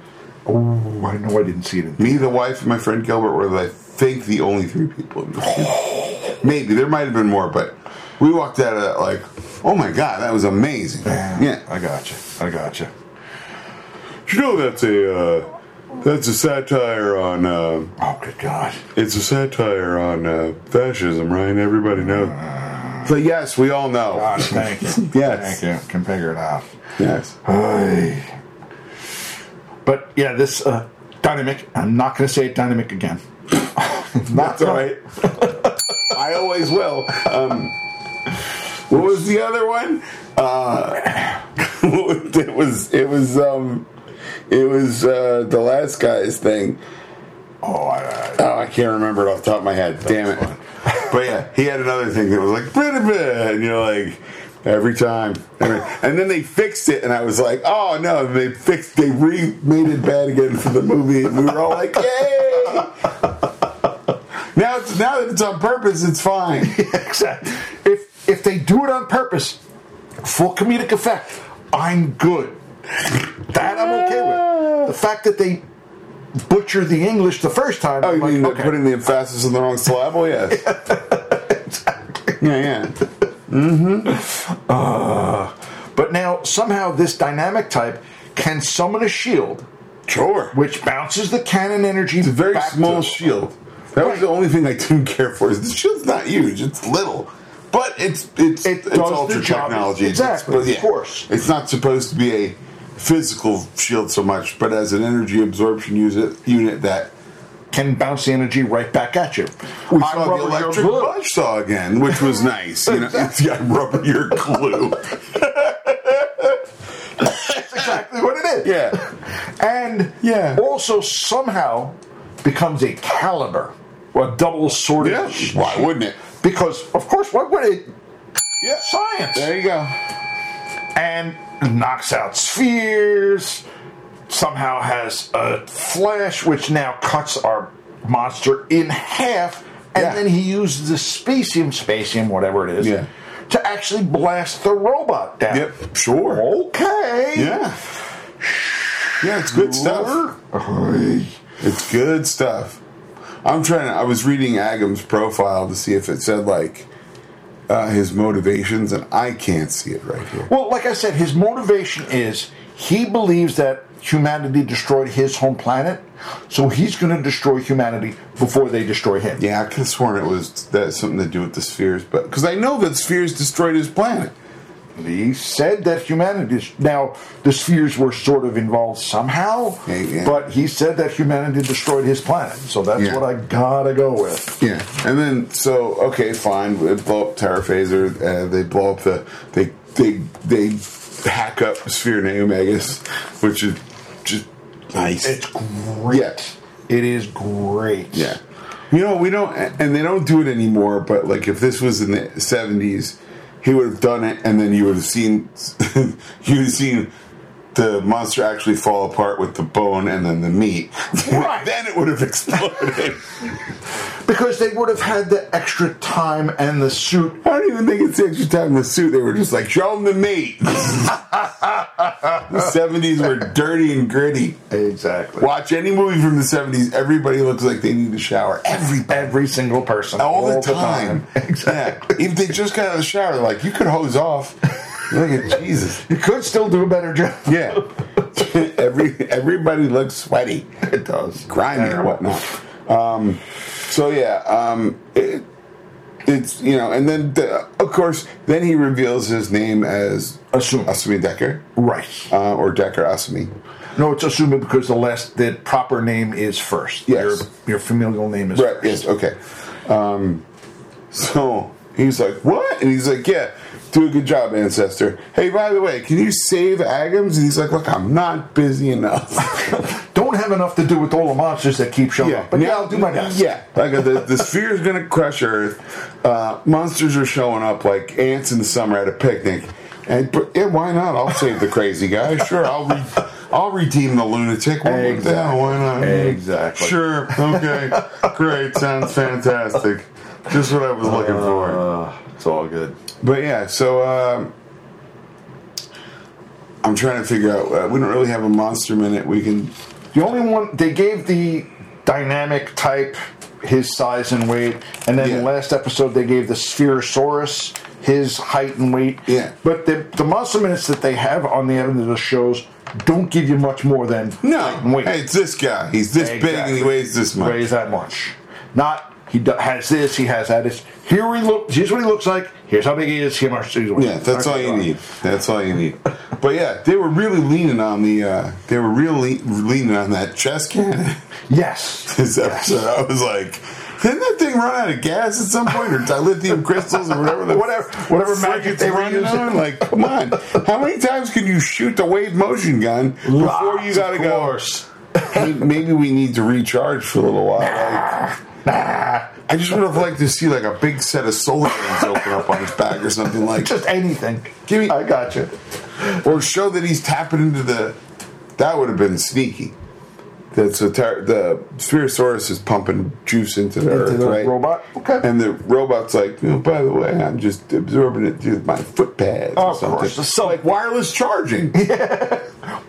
Speaker 4: Oh, I know I didn't see it. In
Speaker 2: Me, the wife, and my friend Gilbert were, I think, the only three people. In the theater. Maybe there might have been more, but we walked out of that like, oh my god, that was amazing. Yeah.
Speaker 4: I got you. I got you.
Speaker 2: You know that's a uh, that's a satire on. Uh,
Speaker 4: Oh, good God.
Speaker 2: It's a satire on uh, fascism, right? Everybody knows. But yes, we all know.
Speaker 4: God, thank you.
Speaker 2: Yes.
Speaker 4: Thank you. Can figure it out.
Speaker 2: Yes.
Speaker 4: Ay. But yeah, this uh, dynamic, I'm not going to say it dynamic again.
Speaker 2: That's all right. I always will. Um, what was the other one? Uh, it was it was um, it was uh, the last guy's thing.
Speaker 4: Oh, I, I,
Speaker 2: Oh, I can't remember it off the top of my head. Damn it. But yeah, he had another thing that was like, blah, blah, blah, and you're like, every time. Every- And then they fixed it, and I was like, oh no, they fixed, they remade it bad again for the movie, and we were all like, yay! Now, it's, now that it's on purpose, it's fine.
Speaker 4: exactly. If, if they do it on purpose, for comedic effect, I'm good. That I'm okay with. The fact that they butcher the English the first time,
Speaker 2: Oh,
Speaker 4: I'm
Speaker 2: you
Speaker 4: like,
Speaker 2: mean
Speaker 4: okay.
Speaker 2: putting the emphasis on the wrong syllable? Yes. Yeah, yeah.
Speaker 4: Uh, but now somehow this dynamic type can summon a shield,
Speaker 2: Sure.
Speaker 4: which bounces the cannon energy. It's
Speaker 2: a very small shield. That was the only thing I didn't care for. Is the shield's not huge; it's little, but it's it's
Speaker 4: It
Speaker 2: it's
Speaker 4: does the
Speaker 2: ultra
Speaker 4: job.
Speaker 2: technology. It's-
Speaker 4: Exactly,
Speaker 2: but
Speaker 4: of course.
Speaker 2: It's not supposed to be a physical shield so much, but as an energy absorption user, unit that
Speaker 4: can bounce the energy right back at you.
Speaker 2: we
Speaker 4: I
Speaker 2: saw the
Speaker 4: rubber your
Speaker 2: electric
Speaker 4: glue.
Speaker 2: bush saw again, which was nice. You know, it's got rubber your glue.
Speaker 4: That's exactly what it is.
Speaker 2: Yeah,
Speaker 4: And
Speaker 2: Yeah.
Speaker 4: also somehow becomes a caliber, a double sword.
Speaker 2: yeah. Why wouldn't it?
Speaker 4: Because of course, what would it?
Speaker 2: Yeah.
Speaker 4: Science.
Speaker 2: There you go.
Speaker 4: and knocks out spheres. Somehow has a flash, which now cuts our monster in half. And
Speaker 2: Yeah.
Speaker 4: then he uses the spacium, spacium, whatever it is,
Speaker 2: Yeah.
Speaker 4: to
Speaker 2: Oh.
Speaker 4: actually blast the robot down.
Speaker 2: Yep. Sure.
Speaker 4: Okay.
Speaker 2: Yeah. Yeah, it's good stuff. It's good stuff. I'm trying to. I was reading Agam's profile to see if it said like uh, his motivations, and I can't see it right here.
Speaker 4: Well, like I said, his motivation is he believes that humanity destroyed his home planet, so he's going to destroy humanity before they destroy him.
Speaker 2: Yeah, I could have sworn it was that something to do with the spheres, but because I know that spheres destroyed his planet.
Speaker 4: He said that humanity now the spheres were sort of involved somehow,
Speaker 2: Yeah, yeah.
Speaker 4: but he said that humanity destroyed his planet, so that's
Speaker 2: Yeah.
Speaker 4: what I gotta go with.
Speaker 2: Yeah, and then so okay, fine. They blow up Terra Phaser. Uh, they blow up the they they they hack up Sphere Naomegas, which is just nice.
Speaker 4: It's great. It is great.
Speaker 2: Yeah. You know, we don't, and they don't do it anymore, but like if this was in the 70s, he would have done it, and then you would have seen, you would have seen the monster actually fall apart with the bone and then the meat.
Speaker 4: Right.
Speaker 2: then it would have exploded.
Speaker 4: Because they would have had the extra time and the suit
Speaker 2: I don't even think it's the extra time in the suit. They were just like, show them the meat. the 70s were dirty and gritty.
Speaker 4: Exactly.
Speaker 2: Watch any movie from the 70s, everybody looks like they need a shower. Every
Speaker 4: Every single person.
Speaker 2: all, the, time.
Speaker 4: Exactly.
Speaker 2: Yeah. If they just got out of the shower, they're like you could hose off. Look at Jesus.
Speaker 4: You could still do a better job.
Speaker 2: Yeah. Every everybody looks sweaty,
Speaker 4: It does.
Speaker 2: grimy, and
Speaker 4: Terrible.
Speaker 2: whatnot. Um, so yeah, um, it, it's you know, and then the, of course, then he reveals his name as
Speaker 4: Assume.
Speaker 2: Asumi Decker
Speaker 4: Right.
Speaker 2: uh, or Decker Asumi.
Speaker 4: No, it's assuming because the last, the proper name is first.
Speaker 2: Yes.
Speaker 4: Your, your familial name is
Speaker 2: Right. Yes. Okay. Um, so he's like, "What?" And he's like, "Yeah, do a good job, ancestor. Hey, by the way, can you save Agams?" And he's like, "Look, I'm not busy enough."
Speaker 4: Don't have enough to do with all the monsters that keep showing up. But yeah, I'll do my best.
Speaker 2: Yeah, like the, the sphere is gonna crush Earth. Uh, monsters are showing up like ants in the summer at a picnic, and but, yeah, why not? I'll save the crazy guy. Sure, I'll re- I'll redeem the lunatic. What the hell? Why not?
Speaker 4: Exactly.
Speaker 2: Sure. Okay. Great. Sounds fantastic. Just what I was looking for.
Speaker 4: Uh, it's all good.
Speaker 2: But yeah, so um, I'm trying to figure out. Uh, we don't really have a monster minute. We can.
Speaker 4: The only one they gave the dynamic type his size and weight, and then
Speaker 2: Yeah.
Speaker 4: last episode they gave the Spherosaurus his height and weight.
Speaker 2: Yeah.
Speaker 4: But the, the monster minutes that they have on the end of the shows don't give you much more than
Speaker 2: No,
Speaker 4: height and weight.
Speaker 2: hey, it's this guy. He's this big and he
Speaker 4: Exactly.
Speaker 2: weighs this much.
Speaker 4: Weighs that much. Not he do, has this, he has that. It's here he look. Here's what he looks like. Here's how big he is. Here's how much he's weighing.
Speaker 2: Yeah, that's all
Speaker 4: Okay,
Speaker 2: you
Speaker 4: fine.
Speaker 2: need. That's all you need. But yeah, they were really leaning on the. Uh, they were really leaning on that chest cannon.
Speaker 4: Yes.
Speaker 2: This episode, I was like, didn't that thing run out of gas at some point, or dilithium crystals, or whatever? The
Speaker 4: Whatever- whatever
Speaker 2: frick
Speaker 4: magic
Speaker 2: it's
Speaker 4: they were
Speaker 2: running
Speaker 4: using.
Speaker 2: on? Like, come on, how many times can you shoot the wave motion gun before you
Speaker 4: Lots,
Speaker 2: gotta
Speaker 4: Ah, of
Speaker 2: go?
Speaker 4: course.
Speaker 2: Hey, maybe we need to recharge for a little while. Like, I just would have liked to see like a big set of solar panels open up on his back or something like.
Speaker 4: Just anything.
Speaker 2: Give me-
Speaker 4: I got you.
Speaker 2: or show that he's tapping into the. That would have been sneaky. That's a ter- the Spherosaurus is pumping juice into the, earth,
Speaker 4: the
Speaker 2: right?
Speaker 4: robot? Okay.
Speaker 2: And the robot's like, oh, by the way, I'm just absorbing it through my foot pads or
Speaker 4: Of
Speaker 2: something.
Speaker 4: course.
Speaker 2: So like wireless charging.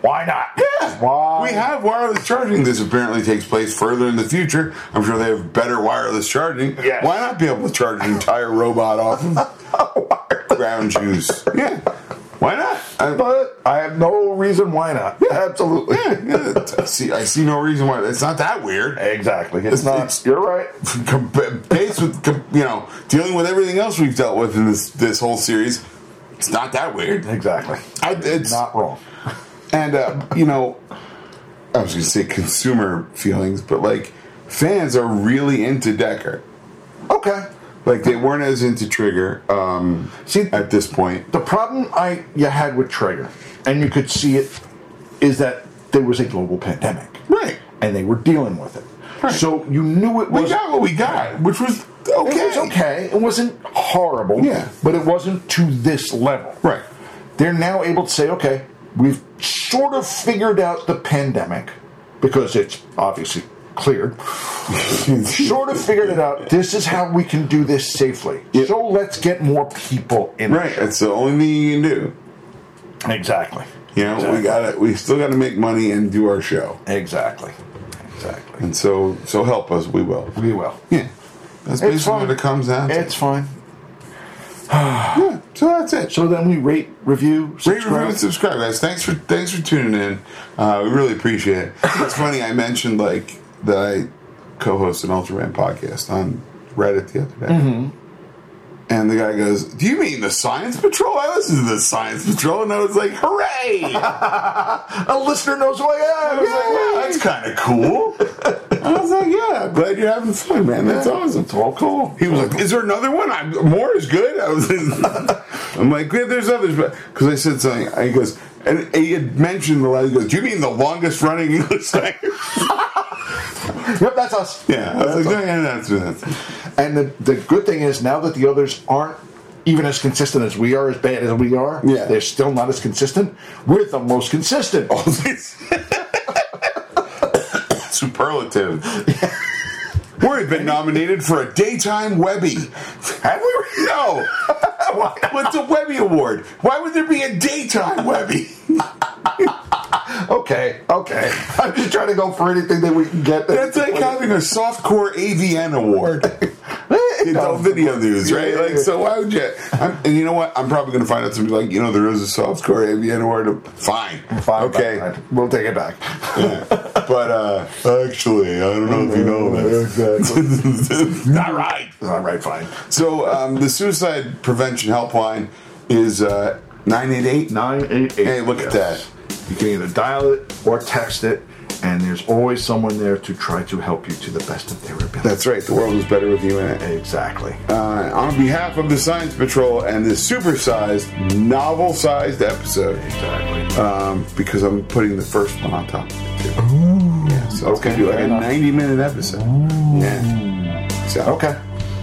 Speaker 4: Why not? Yeah. Why?
Speaker 2: We have wireless charging. This apparently takes place further in the future. I'm sure they have better wireless charging.
Speaker 4: Yes.
Speaker 2: Why not be able to charge an entire robot off of ground juice? Yeah. Why not? I-
Speaker 4: But I have no reason why not. Absolutely.
Speaker 2: Yeah, yeah, I see, I see no reason why it's not that weird.
Speaker 4: Exactly. It's,
Speaker 2: It's-
Speaker 4: not.
Speaker 2: it's-
Speaker 4: you're right.
Speaker 2: Com- Based with com- you know dealing with everything else we've dealt with in this this whole series, it's not that weird.
Speaker 4: Exactly.
Speaker 2: I, it's
Speaker 4: not wrong.
Speaker 2: and uh, you know, I was gonna say consumer feelings, but like fans are really into Decker.
Speaker 4: Okay.
Speaker 2: Like they weren't as into Trigger um,
Speaker 4: See,
Speaker 2: at this point.
Speaker 4: the problem I you had with Traeger, and you could see it, is that there was a global pandemic,
Speaker 2: Right.
Speaker 4: and they were dealing with it. So you knew it
Speaker 2: We
Speaker 4: was.
Speaker 2: got what we got, which was okay.
Speaker 4: It was okay. It wasn't horrible.
Speaker 2: Yeah.
Speaker 4: But it wasn't to this level.
Speaker 2: Right.
Speaker 4: They're now able to say, okay, we've sort of figured out the pandemic because it's obviously cleared. sort of figured it out. This is how we can do this safely. So let's get more people in. the
Speaker 2: Right.
Speaker 4: show.
Speaker 2: That's the only thing you can do.
Speaker 4: Exactly.
Speaker 2: You know, we got to we still got to make money and do our show.
Speaker 4: Exactly. Exactly.
Speaker 2: And so, so help us, we will.
Speaker 4: We will.
Speaker 2: Yeah, that's
Speaker 4: It's
Speaker 2: basically
Speaker 4: fine.
Speaker 2: what it comes down to.
Speaker 4: It's fine.
Speaker 2: Yeah, so that's it.
Speaker 4: So then we rate, review,
Speaker 2: Rate,
Speaker 4: subscribe.
Speaker 2: review, and subscribe, guys. Thanks for thanks for tuning in. Uh, we really appreciate it. It's funny I mentioned like that I co-host an Ultraman podcast on Reddit the other day, and the guy goes, "Do you mean the Science Patrol? I listen to the Science Patrol," and I was like, "Hooray!" I
Speaker 4: A listener knows who I am.
Speaker 2: was like, "Wow, that's kind of cool." I was like, "Yeah, I'm glad you're having fun, man. That's awesome.
Speaker 4: It's all cool.
Speaker 2: He was like, "Is there another one? I'm, more is good." I was, I'm like, yeah, "There's others," but because I said something, and he goes, and he had mentioned the last. He goes, "Do you mean the longest running English thing?"
Speaker 4: Yep, that's us.
Speaker 2: yeah, I was like, "No, yeah, that's it."
Speaker 4: And the, the good thing is now that the others aren't even as consistent as we are, as bad as we are,
Speaker 2: Yeah. Oh.
Speaker 4: they're still not as consistent. We're the most consistent.
Speaker 2: All these- superlative. We've been nominated for a daytime Webby. Have we? No. What's a Webby award? Why would there be a daytime Webby?
Speaker 4: Okay, okay. I'm just trying to go for anything that we can get.
Speaker 2: That's like having a softcore AVN award. It's all video news, right? Like, so why would you? I'm, and you know what? I'm probably going to find out somebody like, you know, there is a softcore AVN award. Fine.
Speaker 4: Fine,
Speaker 2: Okay.
Speaker 4: fine. We'll take it back.
Speaker 2: Yeah. But uh, actually, I don't know if you know that. Not right.
Speaker 4: All right, fine.
Speaker 2: So um, the suicide prevention helpline is uh, 988.
Speaker 4: 988.
Speaker 2: Hey, look at that.
Speaker 4: You can either dial it or text it, and there's always someone there to try to help you to the best of their ability.
Speaker 2: That's right. The world is better with you in it.
Speaker 4: exactly.
Speaker 2: Uh, on behalf of the Science Patrol and this supersized, novel-sized episode,
Speaker 4: Exactly.
Speaker 2: um, because I'm putting the first one on top of the two. Yeah, so it's
Speaker 4: Okay,
Speaker 2: gonna be like
Speaker 4: fair
Speaker 2: a
Speaker 4: enough.
Speaker 2: 90 minute episode. Yeah. So
Speaker 4: okay.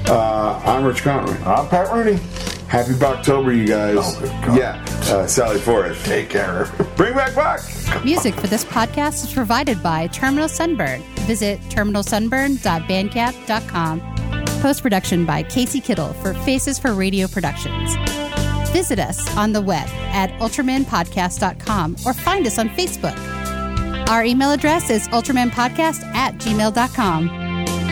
Speaker 2: uh, I'm Rich Conroy.
Speaker 4: I'm Pat Rooney.
Speaker 2: Happy Boktober, you guys.
Speaker 4: Oh, good God.
Speaker 2: Yeah, uh, Sally Forrest.
Speaker 4: Take care.
Speaker 2: Bring back Bok.
Speaker 1: Music for this podcast is provided by Terminal Sunburn. Visit terminalsunburn.bandcamp.com. Post production by Casey Kittle for Faces for Radio Productions. Visit us on the web at ultramanpodcast.com or find us on Facebook. Our email address is ultramanpodcast at gmail.com.